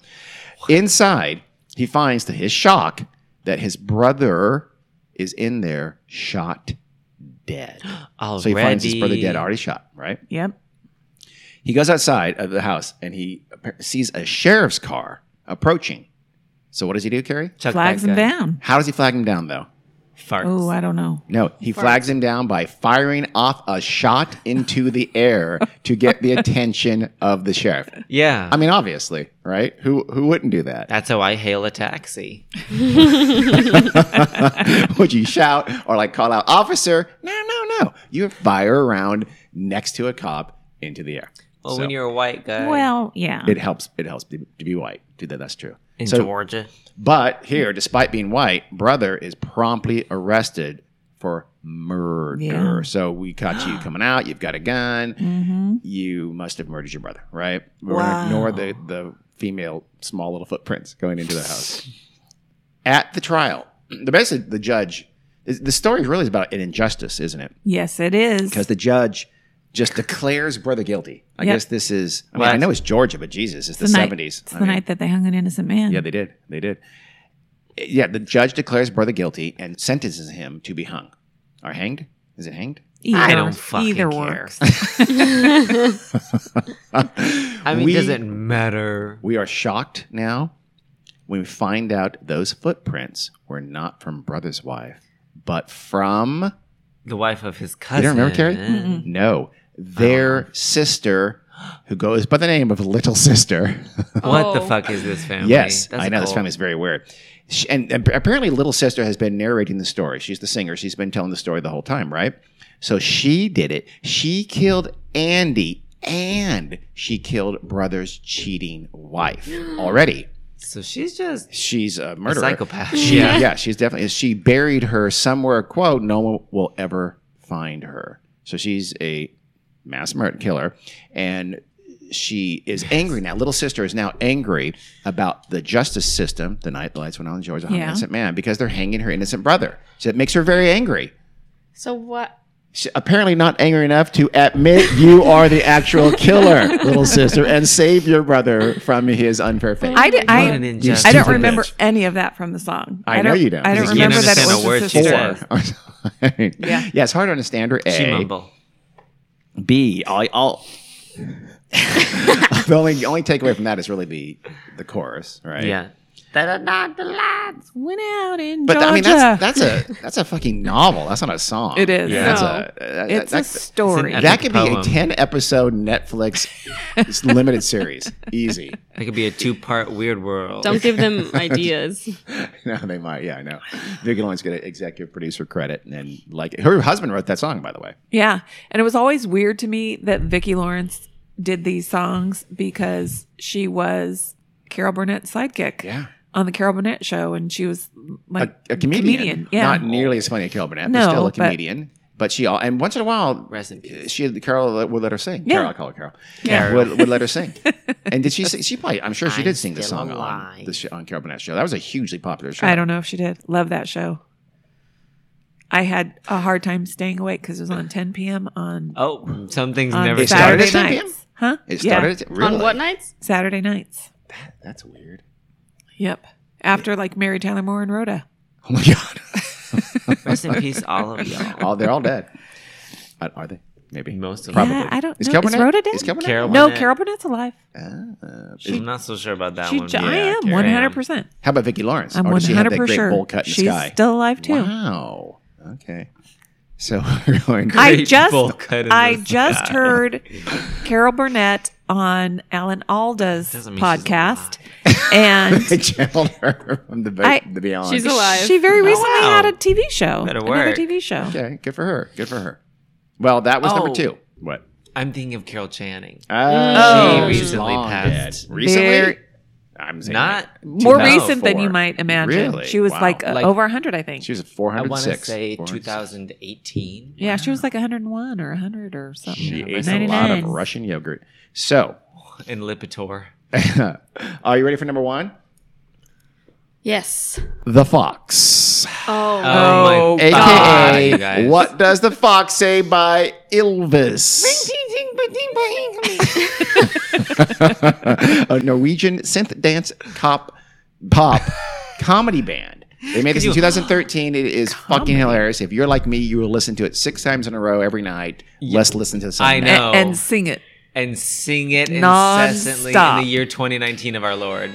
Speaker 2: Inside, he finds to his shock that his brother is in there, shot dead.
Speaker 3: Already.
Speaker 2: So he finds his brother dead, already shot. Right.
Speaker 1: Yep.
Speaker 2: He goes outside of the house and he appa- sees a sheriff's car approaching. So what does he do, Carrie?
Speaker 3: Chuck
Speaker 1: Flags
Speaker 3: that
Speaker 1: him
Speaker 3: guy.
Speaker 1: down.
Speaker 2: How does he flag him down, though?
Speaker 3: Farts.
Speaker 1: Oh, I don't know.
Speaker 2: No, he flags him down by firing off a shot into the air to get the attention of the sheriff.
Speaker 3: yeah.
Speaker 2: I mean, obviously, right? Who who wouldn't do that?
Speaker 3: That's how I hail a taxi.
Speaker 2: Would you shout or like call out, officer? No, no, no. You fire around next to a cop into the air.
Speaker 3: Well,
Speaker 2: So,
Speaker 3: when you're a white guy
Speaker 1: Well, yeah.
Speaker 2: it helps. It helps to to be white. To that, that's true.
Speaker 3: in
Speaker 2: So-
Speaker 3: Georgia,
Speaker 2: But here, despite being white, brother is promptly arrested for murder.
Speaker 1: Yeah.
Speaker 2: So we caught you coming out. You've got a gun.
Speaker 1: Mm-hmm.
Speaker 2: You must have murdered your brother, right? We're
Speaker 1: Wow.
Speaker 2: gonna ignore the the female small little footprints going into the house. At the trial, the basically the judge. The story really is about an injustice, isn't it?
Speaker 1: yes, it is.
Speaker 2: Because the judge just declares brother guilty. I
Speaker 1: Yep.
Speaker 2: guess this is. I mean,
Speaker 3: Well,
Speaker 2: I know it's Georgia, but Jesus, it's,
Speaker 1: It's
Speaker 2: the
Speaker 1: night-
Speaker 2: seventies.
Speaker 1: It's the night that they hung an innocent man.
Speaker 2: Yeah, they did. They did. Yeah, the judge declares brother guilty and sentences him to be hung or hanged. Is it hanged?
Speaker 1: either,
Speaker 3: I don't fucking
Speaker 1: either
Speaker 3: care.
Speaker 1: works.
Speaker 3: I mean,
Speaker 2: We-
Speaker 3: does it matter?
Speaker 2: We are shocked now when we find out those footprints were not from brother's wife, but from
Speaker 3: The wife of his cousin.
Speaker 2: you don't remember Carrie? No,
Speaker 3: Ah.
Speaker 2: their sister, who goes by the name of Little Sister.
Speaker 3: What the
Speaker 4: Oh.
Speaker 3: fuck is this family?
Speaker 2: Yes,
Speaker 3: That's
Speaker 2: I know this
Speaker 3: cool.
Speaker 2: family is very weird. She, and, and apparently, little sister has been narrating the story. She's the singer. She's been telling the story the whole time, right? So she did it. She killed Andy, and she killed brother's cheating wife already.
Speaker 3: So she's just
Speaker 2: She's a murderer,
Speaker 3: psychopath.
Speaker 2: She,
Speaker 3: Yeah.
Speaker 2: yeah, she's definitely. She buried her somewhere. Quote: No one will ever find her. So she's a mass murder killer, and she is angry now. Little sister is now angry about the justice system. The night the lights went on, George hung an
Speaker 1: Yeah.
Speaker 2: innocent man because they're hanging her innocent brother. So it makes her very angry.
Speaker 4: So what?
Speaker 2: She, apparently not angry enough to admit you are the actual killer, little sister, and save your brother from his unfair fate.
Speaker 1: I, did,
Speaker 3: What an
Speaker 1: I,
Speaker 3: injustice.
Speaker 1: I don't
Speaker 2: Stupid
Speaker 1: remember
Speaker 2: bitch.
Speaker 1: any of that from the song.
Speaker 2: I know you don't,
Speaker 1: I don't
Speaker 2: because you can't
Speaker 1: remember that it
Speaker 2: understand
Speaker 1: was
Speaker 2: a
Speaker 1: the
Speaker 3: word she
Speaker 1: sister.
Speaker 3: says.
Speaker 2: yeah. yeah, it's hard to understand her. A.
Speaker 3: She mumble.
Speaker 2: B, I'll, I'll the only the only takeaway from that is really the the chorus, right?
Speaker 3: Yeah.
Speaker 1: Went out in
Speaker 2: But
Speaker 1: Georgia.
Speaker 2: I mean, that's that's a that's a fucking novel. That's not a song.
Speaker 1: It is.
Speaker 3: Yeah.
Speaker 2: That's
Speaker 4: No.
Speaker 2: a, that,
Speaker 1: it's
Speaker 2: that-
Speaker 1: a story.
Speaker 3: It's an
Speaker 2: that could be a
Speaker 3: poem.
Speaker 2: ten episode Netflix limited series. Easy.
Speaker 3: That could be a two part weird world.
Speaker 4: Don't give them ideas.
Speaker 2: No, they might. Yeah, I know. Vicky Lawrence get an executive producer credit, and then like her husband wrote that song, by the way.
Speaker 1: yeah. And it was always weird to me that Vicki Lawrence did these songs because she was Carol Burnett's sidekick.
Speaker 2: Yeah.
Speaker 1: On the Carol Burnett show, and she was
Speaker 2: a,
Speaker 1: like
Speaker 2: a comedian.
Speaker 1: Yeah.
Speaker 2: Not nearly as funny as Carol Burnett,
Speaker 1: No,
Speaker 2: but still a
Speaker 1: but-
Speaker 2: comedian. But, she all and once in a while,
Speaker 3: Rest in peace.
Speaker 2: she Carol would let her sing.
Speaker 1: Yeah.
Speaker 2: Carol, I call her Carol.
Speaker 3: Yeah.
Speaker 2: would, would let her sing. and did she? Sing, she probably. I'm sure she
Speaker 3: I'm
Speaker 2: did sing the
Speaker 3: still
Speaker 2: song on
Speaker 3: alive.
Speaker 2: the sh- on Carol Burnett's show. That was a hugely popular show.
Speaker 1: I don't know if she did. Love that show. I had a hard time staying awake because it was on 10 p.m. on,
Speaker 3: Oh, some things
Speaker 1: on
Speaker 3: never
Speaker 2: It
Speaker 3: start.
Speaker 2: started
Speaker 1: Saturday
Speaker 2: at 10 p.m.?
Speaker 1: nights. Huh?
Speaker 2: It
Speaker 1: Yeah.
Speaker 2: started at- really?
Speaker 4: On what nights?
Speaker 1: Saturday nights.
Speaker 2: That's weird.
Speaker 1: Yep. After like Mary Tyler Moore and Rhoda.
Speaker 2: Oh my god.
Speaker 3: Rest in peace, all of y'all.
Speaker 2: all they're all dead. Uh, Are they? maybe.
Speaker 3: Most of
Speaker 2: Probably.
Speaker 3: them.
Speaker 1: Yeah, I don't
Speaker 2: Is
Speaker 1: know.
Speaker 2: Carol
Speaker 1: Is
Speaker 2: Burnett-
Speaker 1: Rhoda dead?
Speaker 2: is Carol Burnett-
Speaker 3: Carol
Speaker 1: no,
Speaker 3: Burnett.
Speaker 1: Carol Burnett's alive.
Speaker 2: Ah.
Speaker 3: I'm not so sure about that
Speaker 1: She,
Speaker 3: one.
Speaker 1: I
Speaker 3: Yeah,
Speaker 1: am
Speaker 3: Carol.
Speaker 1: one hundred percent.
Speaker 2: How about Vicki Lawrence?
Speaker 1: I'm
Speaker 2: Or
Speaker 1: one
Speaker 2: Oh, does she have
Speaker 1: hundred
Speaker 2: that great bowl
Speaker 1: percent sure
Speaker 2: cut in the
Speaker 1: she's
Speaker 2: sky?
Speaker 1: still alive too.
Speaker 2: Wow. Okay. So we're going.
Speaker 1: I
Speaker 3: Great
Speaker 1: just
Speaker 3: bowl cut in
Speaker 1: I
Speaker 3: the
Speaker 1: just
Speaker 3: sky.
Speaker 1: heard Carol Burnett on Alan Alda's
Speaker 3: Doesn't mean she's
Speaker 1: podcast, and
Speaker 2: They channeled her from the,
Speaker 1: I-
Speaker 2: the beyond.
Speaker 4: She's alive.
Speaker 1: she very recently
Speaker 3: wow.
Speaker 1: had a TV show,
Speaker 3: Better
Speaker 1: another
Speaker 3: work.
Speaker 1: TV show.
Speaker 2: okay. Good for her. Good for her. Well, that was number
Speaker 3: Oh. Mm.
Speaker 2: two. What?
Speaker 3: I'm thinking of Carol Channing.
Speaker 2: Uh,
Speaker 3: She recently
Speaker 2: long
Speaker 3: passed.
Speaker 2: dead. Recently.
Speaker 1: Oh. Very-
Speaker 2: I'm saying
Speaker 3: Not.
Speaker 1: More
Speaker 3: 2004.
Speaker 1: recent than you might imagine.
Speaker 2: Really?
Speaker 1: She was
Speaker 2: Wow.
Speaker 1: like, uh,
Speaker 3: Like-
Speaker 1: over hundred, I think.
Speaker 2: She was a
Speaker 3: I want to
Speaker 2: 406.
Speaker 3: say
Speaker 2: 406.
Speaker 3: 2018.
Speaker 1: yeah, she was like hundred and one or hundred or something.
Speaker 2: She
Speaker 1: Or
Speaker 2: ate a lot of
Speaker 1: 99.
Speaker 2: Russian yogurt. So,
Speaker 3: In Lipitor.
Speaker 2: are you ready for number one?
Speaker 4: Yes.
Speaker 2: The Fox.
Speaker 4: Oh.
Speaker 2: Uh,
Speaker 3: Oh, my God, you
Speaker 2: AKA,
Speaker 3: guys.
Speaker 2: What Does the Fox Say by Ilvis? a Norwegian synth dance cop pop comedy band. They made this in 2013. It is fucking hilarious. If you're like me, you will listen to it six times in a row every night. Let's listen to some.
Speaker 3: I
Speaker 1: A-
Speaker 3: know. No.
Speaker 1: and sing it.
Speaker 3: And sing it incessantly
Speaker 1: Non-stop.
Speaker 3: in the year 2019 of our Lord.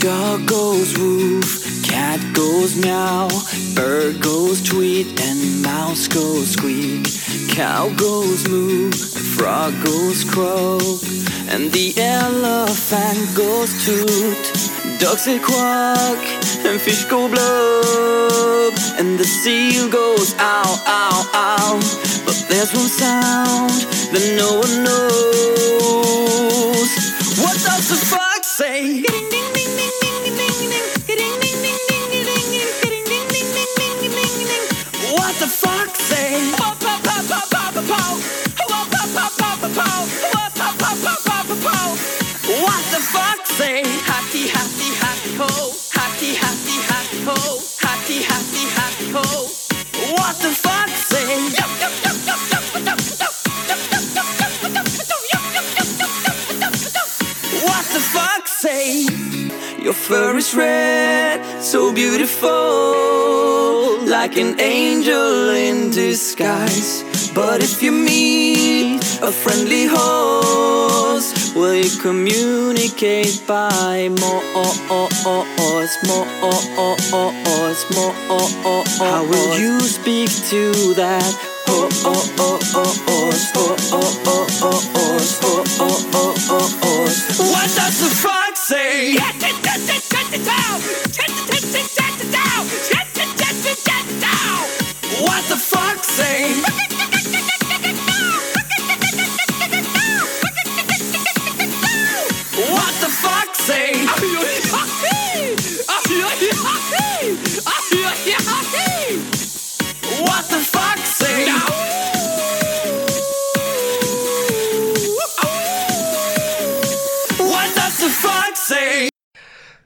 Speaker 8: Dog goes woof, cat goes meow, bird goes tweet, and mouse goes squeak. Cow goes moo, the frog goes croak, and the elephant goes toot. Ducks say quack, and fish go blub, and the seal goes ow, ow, ow. But there's one sound that no one knows. What does the fox say? What the fuck say? What the fuck say? Happy, happy, happy ho. Happy, happy, happy ho. Happy, happy, happy ho. What the fuck say? What the fuck say? Your fur is red, so beautiful, like an angel in disguise. But if you meet a friendly horse, will you communicate by more more How will you speak to that? Oh oh oh oh oh oh oh oh oh oh oh oh oh oh. What does the frog say? What the fuck say? What the fuck say? What the fuck say? What does the fuck say?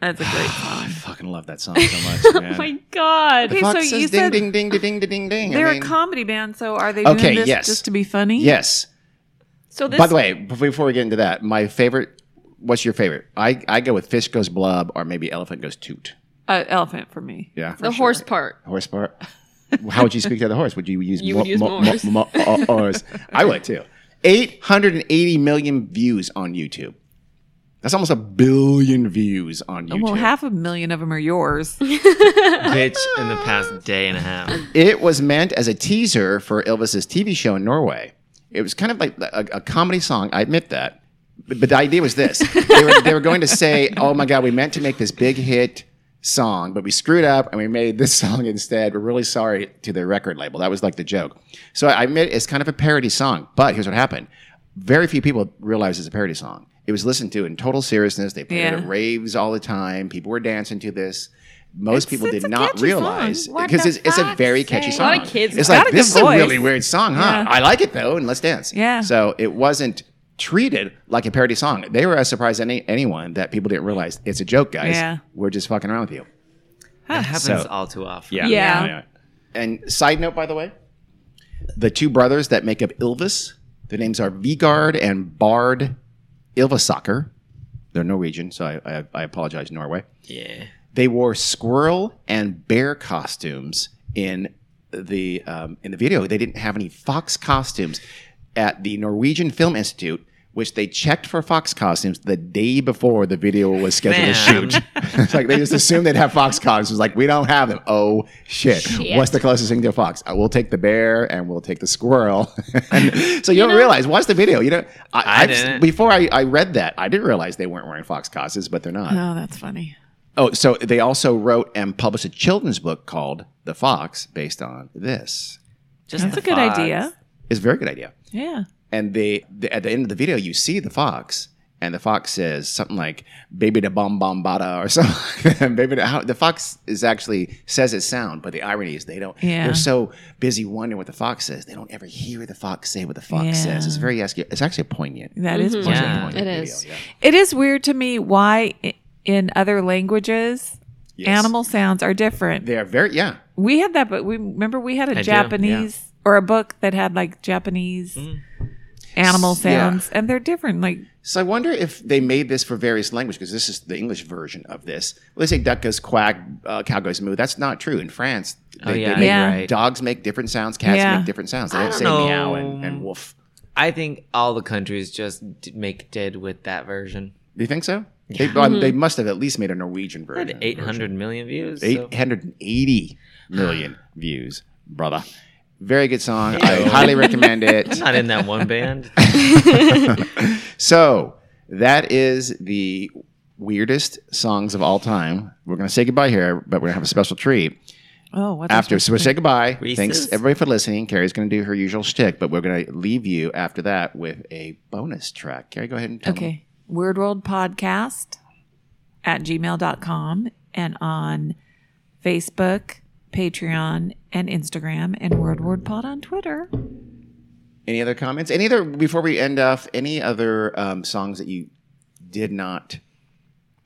Speaker 1: That's a great song.
Speaker 2: I fucking love that song so much. Man.
Speaker 1: God. Okay, so
Speaker 2: Fox
Speaker 1: you
Speaker 2: says ding,
Speaker 1: said
Speaker 2: ding, ding, ding, ding, ding, ding. I
Speaker 1: they're
Speaker 2: mean,
Speaker 1: a comedy band, so are they
Speaker 2: Okay,
Speaker 1: doing this
Speaker 2: yes.
Speaker 1: just to be funny?
Speaker 2: Yes.
Speaker 4: So this.
Speaker 2: By the way, bef- before we get into that, my favorite. What's your favorite? I, I go with fish goes blub or maybe elephant goes toot.
Speaker 1: Uh, elephant for me.
Speaker 2: Yeah.
Speaker 4: the horse part.
Speaker 2: Horse part. How would you speak to the horse? Would you use
Speaker 4: You
Speaker 2: mo-
Speaker 4: would use
Speaker 2: mo-
Speaker 4: mores.
Speaker 2: mo- mo- ors? I would too. 880 million views on YouTube. That's almost a billion views on YouTube.
Speaker 1: Well, half a million of them are yours.
Speaker 3: Bitch, in the past day and a half.
Speaker 2: It was meant as a teaser for Elvis's TV show in Norway. It was kind of like a, a comedy song. I admit that. But, but the idea was this they, were, they were going to say, oh my God, we meant to make this big hit song, but we screwed up and we made this song instead. We're really sorry to the record label. That was like the joke. So I admit it's kind of a parody song. But here's what happened very few people realize it's a parody song. It was listened to in total seriousness. They played it
Speaker 1: Yeah.
Speaker 2: at raves all the time. People were dancing to this. Most people
Speaker 1: it's
Speaker 2: did
Speaker 1: a
Speaker 2: not
Speaker 1: catchy song.
Speaker 2: realize
Speaker 1: What
Speaker 2: because
Speaker 1: the
Speaker 2: it's, it's a
Speaker 1: fuck
Speaker 2: very catchy
Speaker 1: say?
Speaker 2: song.
Speaker 4: A lot of kids
Speaker 2: It's
Speaker 4: know
Speaker 2: like
Speaker 1: it.
Speaker 2: this is
Speaker 1: Got a
Speaker 2: a
Speaker 1: good
Speaker 2: really
Speaker 1: voice.
Speaker 2: weird song, huh?
Speaker 1: Yeah.
Speaker 2: I like it though, and let's dance.
Speaker 1: Yeah.
Speaker 2: So it wasn't treated like a parody song. They were as surprised as any anyone that people didn't realize it's a joke, guys.
Speaker 1: Yeah.
Speaker 2: We're just fucking around with you.
Speaker 3: That happens
Speaker 2: So-
Speaker 3: all too often.
Speaker 2: Yeah.
Speaker 4: Yeah.
Speaker 2: And side note, by the way, the two brothers that make up Ilvis, their names are Vigard and Bard Ilvasaker. They're Norwegian, so I, I, I apologize, Norway.
Speaker 3: Yeah.
Speaker 2: They wore squirrel and bear costumes in the um, in the video they didn't have any fox costumes at the Norwegian Film Institute, which they checked for fox costumes the day before the video was scheduled to
Speaker 3: Man.
Speaker 2: shoot. it's like they just assumed they'd have fox costumes. Like we don't have them. Oh shit!
Speaker 4: Shit.
Speaker 2: What's the closest thing to a fox? Uh, we'll take the bear and we'll take the squirrel. And so you, don't realize watch the video. You know,
Speaker 3: I
Speaker 2: I've-
Speaker 3: didn't.
Speaker 2: before I, I read that I didn't realize they weren't wearing fox costumes, but they're not.
Speaker 1: Oh, that's funny.
Speaker 2: Oh, so they also wrote and published a children's book called The Fox based on this.
Speaker 3: Just
Speaker 1: That's
Speaker 3: the
Speaker 1: a good
Speaker 3: fox.
Speaker 1: idea.
Speaker 2: It's a very good idea.
Speaker 1: Yeah.
Speaker 2: And they, the, at the end of the video, you see the fox, and the fox says something like "baby da bom bom bada" or something. Baby, da, how, the fox is actually says its sound, but the irony is they don't.
Speaker 1: Yeah.
Speaker 2: They're so busy wondering what the fox says, they don't ever hear the fox say what the fox
Speaker 1: Yeah.
Speaker 2: says. It's very it's actually a poignant.
Speaker 1: that is.
Speaker 2: it's actually a
Speaker 3: Yeah.
Speaker 2: poignant
Speaker 4: It
Speaker 2: video,
Speaker 4: is.
Speaker 2: Mm-hmm. yeah.
Speaker 1: It is weird to me why i- in other languages
Speaker 2: Yes.
Speaker 1: animal sounds are different.
Speaker 2: They are very yeah.
Speaker 1: We had that, but we remember we had a
Speaker 3: do,
Speaker 1: Japanese or a book that had like Japanese animal
Speaker 2: Mm. S- yeah.
Speaker 1: sounds, and they're different. Like
Speaker 2: So I wonder if they made this for various languages because this is the English version of this. Well, they say duck goes quack, uh, cow goes moo. That's not true in France. They,
Speaker 3: Oh, yeah,
Speaker 2: they make-
Speaker 1: Yeah.
Speaker 3: right.
Speaker 2: Dogs make different sounds. Cats
Speaker 1: Yeah.
Speaker 2: make different sounds. They don't,
Speaker 3: don't
Speaker 2: say
Speaker 3: know.
Speaker 2: meow and, and woof.
Speaker 3: I think all the countries just d- make did with that version.
Speaker 2: Do you think so? They, well, they must have at least made a Norwegian
Speaker 3: I had
Speaker 2: version.
Speaker 3: 800 million views. so-
Speaker 2: 880 million views, brother. Very good song. I highly recommend it.
Speaker 3: I'm not in that one band.
Speaker 2: So that is the weirdest songs of all time. We're going to say goodbye here, but we're going to have a special treat.
Speaker 1: oh, what
Speaker 2: after. So we say goodbye.
Speaker 3: Reese's?
Speaker 2: Thanks everybody for listening. Carrie's going to do her usual shtick, but we're going to leave you after that with a bonus track. Carrie, go ahead and tell them.
Speaker 1: Okay. Weird World Podcast at gmail.com and on Facebook, Patreon, and Instagram, and Word Word Pod on Twitter.
Speaker 2: Any other comments? Any other before we end off? Any other um, songs that you did not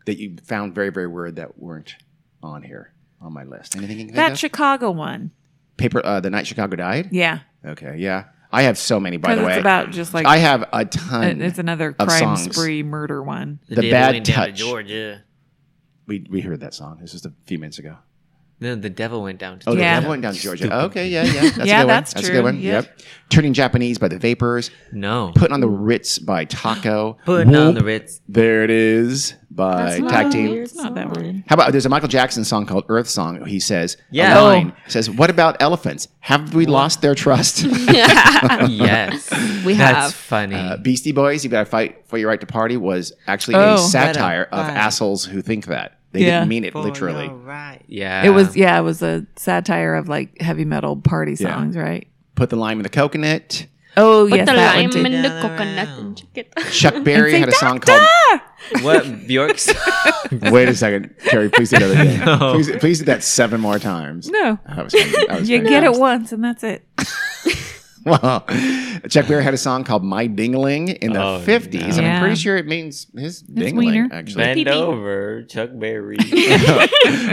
Speaker 2: that you found very very weird that weren't on here on my list? Anything you can think
Speaker 1: That
Speaker 2: of?
Speaker 1: Chicago one.
Speaker 2: paper? Uh, the night Chicago died.
Speaker 1: Yeah.
Speaker 2: Okay, yeah. I have so many. By
Speaker 1: Because
Speaker 2: the
Speaker 1: it's
Speaker 2: way,
Speaker 1: about just like,
Speaker 2: I have a ton.
Speaker 1: it's another
Speaker 2: of
Speaker 1: crime
Speaker 2: songs.
Speaker 1: spree murder one.
Speaker 2: The
Speaker 3: devil
Speaker 2: Bad
Speaker 3: went down to
Speaker 2: Touch.
Speaker 3: Georgia.
Speaker 2: we we heard that song. This was just a few minutes ago.
Speaker 3: No, the devil went down to
Speaker 2: Oh,
Speaker 1: Yeah.
Speaker 2: yeah. that one down to Georgia. Okay, yeah, yeah. That's
Speaker 1: Yeah,
Speaker 2: a good
Speaker 1: that's
Speaker 2: one. That's a
Speaker 1: true.
Speaker 2: good one.
Speaker 1: Yep.
Speaker 2: Yep. Turning Japanese by the Vapors.
Speaker 3: No.
Speaker 2: Putting on the Ritz by Taco.
Speaker 3: Putting on
Speaker 2: Whoop,
Speaker 3: the Ritz.
Speaker 2: There it is by Tag Team.
Speaker 1: It's not that weird.
Speaker 2: How about there's a Michael Jackson song called Earth Song? He says,
Speaker 3: Yeah.
Speaker 2: a
Speaker 3: Oh.
Speaker 2: line, says, What about elephants? Have we lost their trust?
Speaker 3: yes.
Speaker 4: We
Speaker 3: That's
Speaker 4: have.
Speaker 3: funny.
Speaker 2: Uh, Beastie Boys, You Gotta Fight for Your Right to Party was actually
Speaker 1: Oh.
Speaker 2: a satire of
Speaker 3: Right.
Speaker 2: assholes who think that. They
Speaker 1: Yeah.
Speaker 2: didn't mean it literally.
Speaker 3: Right. Yeah.
Speaker 1: It was, yeah, it was a satire of like heavy metal party
Speaker 2: Uh, Yeah.
Speaker 1: songs, right?
Speaker 2: Put the lime in the coconut.
Speaker 1: Oh,
Speaker 4: Put
Speaker 1: yes,
Speaker 4: the
Speaker 1: that one
Speaker 4: lime
Speaker 1: too.
Speaker 4: in the
Speaker 3: Yeah,
Speaker 4: coconut
Speaker 3: wow.
Speaker 4: and chicken.
Speaker 2: Chuck Berry
Speaker 1: say,
Speaker 2: had a song called
Speaker 3: What Bjork's?
Speaker 2: Wait a second, Carrie. Please do another thing.
Speaker 3: No.
Speaker 2: Please, please do that seven more times.
Speaker 1: No.
Speaker 2: That was fantastic. That was
Speaker 1: You get it
Speaker 2: fantastic.
Speaker 1: once and that's it.
Speaker 2: Well, Chuck Berry had a song called "My Dingling" in the
Speaker 3: Oh,
Speaker 2: fifties, and
Speaker 1: Yeah.
Speaker 2: I'm pretty sure it means his
Speaker 1: wiener.
Speaker 2: dingling. Actually,
Speaker 3: Bend
Speaker 4: Pee-pee.
Speaker 3: over, Chuck Berry.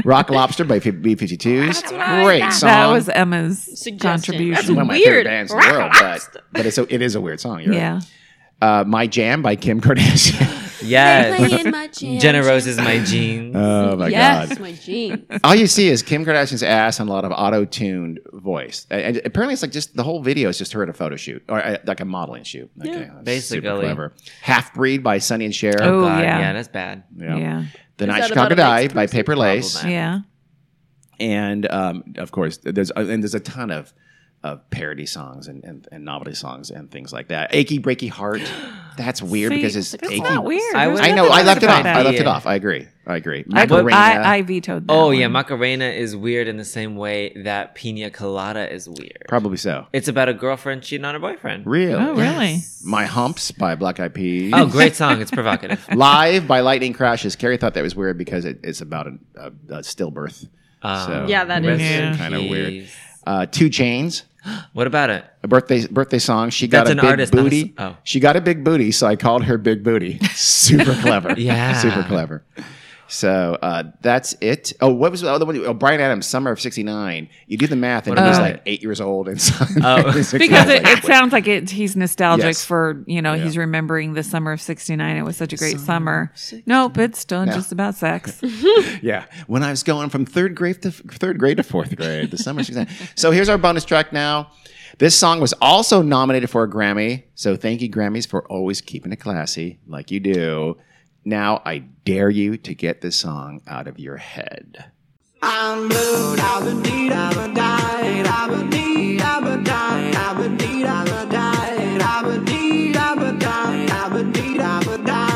Speaker 2: "Rock Lobster" by B Fifty Twos. Great song.
Speaker 1: That was Emma's
Speaker 2: It's
Speaker 4: Suggestion.
Speaker 1: contribution.
Speaker 2: one of my
Speaker 4: Weird.
Speaker 2: favorite bands in the
Speaker 4: Rock
Speaker 2: world, but, but it's a, it is a weird song. You're
Speaker 1: Yeah.
Speaker 2: Right. Uh, "My Jam" by Kim Kardashian.
Speaker 3: yes.
Speaker 4: Playing my jam.
Speaker 3: Jenna Rose is my jeans.
Speaker 2: oh my
Speaker 4: yes,
Speaker 2: god!
Speaker 4: my jeans.
Speaker 2: All you see is Kim Kardashian's ass and a lot of auto-tuned voice. And and apparently, it's like just the whole video is just her at a photo shoot or uh, like a modeling shoot. Okay, that's super
Speaker 3: basically.
Speaker 2: clever. Half Breed by Sonny and Cher.
Speaker 1: Oh,
Speaker 3: God,
Speaker 1: yeah.
Speaker 3: yeah. that's bad.
Speaker 1: Yeah. Yeah.
Speaker 2: The Night
Speaker 4: that
Speaker 2: Chicago
Speaker 4: about a
Speaker 2: Die
Speaker 4: mixed
Speaker 2: by Paper Lace,
Speaker 3: Problematic.
Speaker 2: and um, of course, there's and there's a ton of of parody songs and, and, and novelty songs and things like that. Achy Breaky Heart. That's weird
Speaker 1: See,
Speaker 2: because it's
Speaker 1: that's
Speaker 2: achy.
Speaker 1: not weird.
Speaker 3: I
Speaker 1: There's
Speaker 3: would-
Speaker 2: I know.
Speaker 1: nothing
Speaker 2: I
Speaker 1: weird
Speaker 2: left it
Speaker 1: about
Speaker 2: off.
Speaker 1: that.
Speaker 2: I left it
Speaker 3: Yeah.
Speaker 2: off. I agree. I agree.
Speaker 1: I,
Speaker 2: Macarena.
Speaker 1: I, I vetoed that.
Speaker 3: Oh yeah,
Speaker 1: one.
Speaker 3: Macarena is weird in the same way that Pina Colada is weird.
Speaker 2: probably so.
Speaker 3: It's about a girlfriend cheating on her boyfriend.
Speaker 2: Really.
Speaker 1: Oh, really?
Speaker 2: My Humps by Black Eyed Peas.
Speaker 3: Oh, great song. It's provocative.
Speaker 2: Live by Lightning Crashes. Carrie thought that was weird because it, it's about a, a, a stillbirth.
Speaker 3: Um,
Speaker 2: So
Speaker 4: Yeah, that
Speaker 2: rest
Speaker 4: is
Speaker 2: in
Speaker 1: Yeah.
Speaker 2: kind of
Speaker 3: Jeez.
Speaker 2: weird. Uh, Two Chains,
Speaker 3: What about it?
Speaker 2: a birthday birthday song. She got
Speaker 3: That's
Speaker 2: a
Speaker 3: an
Speaker 2: big
Speaker 3: artist, not a
Speaker 2: booty.
Speaker 3: s- oh.
Speaker 2: She got a big booty, so I called her Big Booty. Super clever.
Speaker 3: Yeah.
Speaker 2: super clever. So uh, that's it. Oh, what was the other one? Oh, Brian Adams, Summer of '69. You do the math, and
Speaker 3: What
Speaker 2: he was
Speaker 3: about
Speaker 2: like
Speaker 3: it?
Speaker 2: eight years old inside.
Speaker 3: Oh.
Speaker 1: because it, it sounds like it, he's nostalgic
Speaker 2: Yes.
Speaker 1: for you know he's remembering the summer of '69. It was such a great summer. Nope, it's still
Speaker 2: No.
Speaker 1: just about sex.
Speaker 2: Yeah, when I was going from third grade to third grade to fourth grade, the summer season. So here's our bonus track now. This song was also nominated for a Grammy. So thank you Grammys for always keeping it classy like you do. Now I dare you to get this song out of your head.
Speaker 9: I'm blue, I'm a need, I'm a died, I'm a need, I'm a died, I'm a need, I'm a died, I'm a need, I'm a died, I'm a need, I'm a died.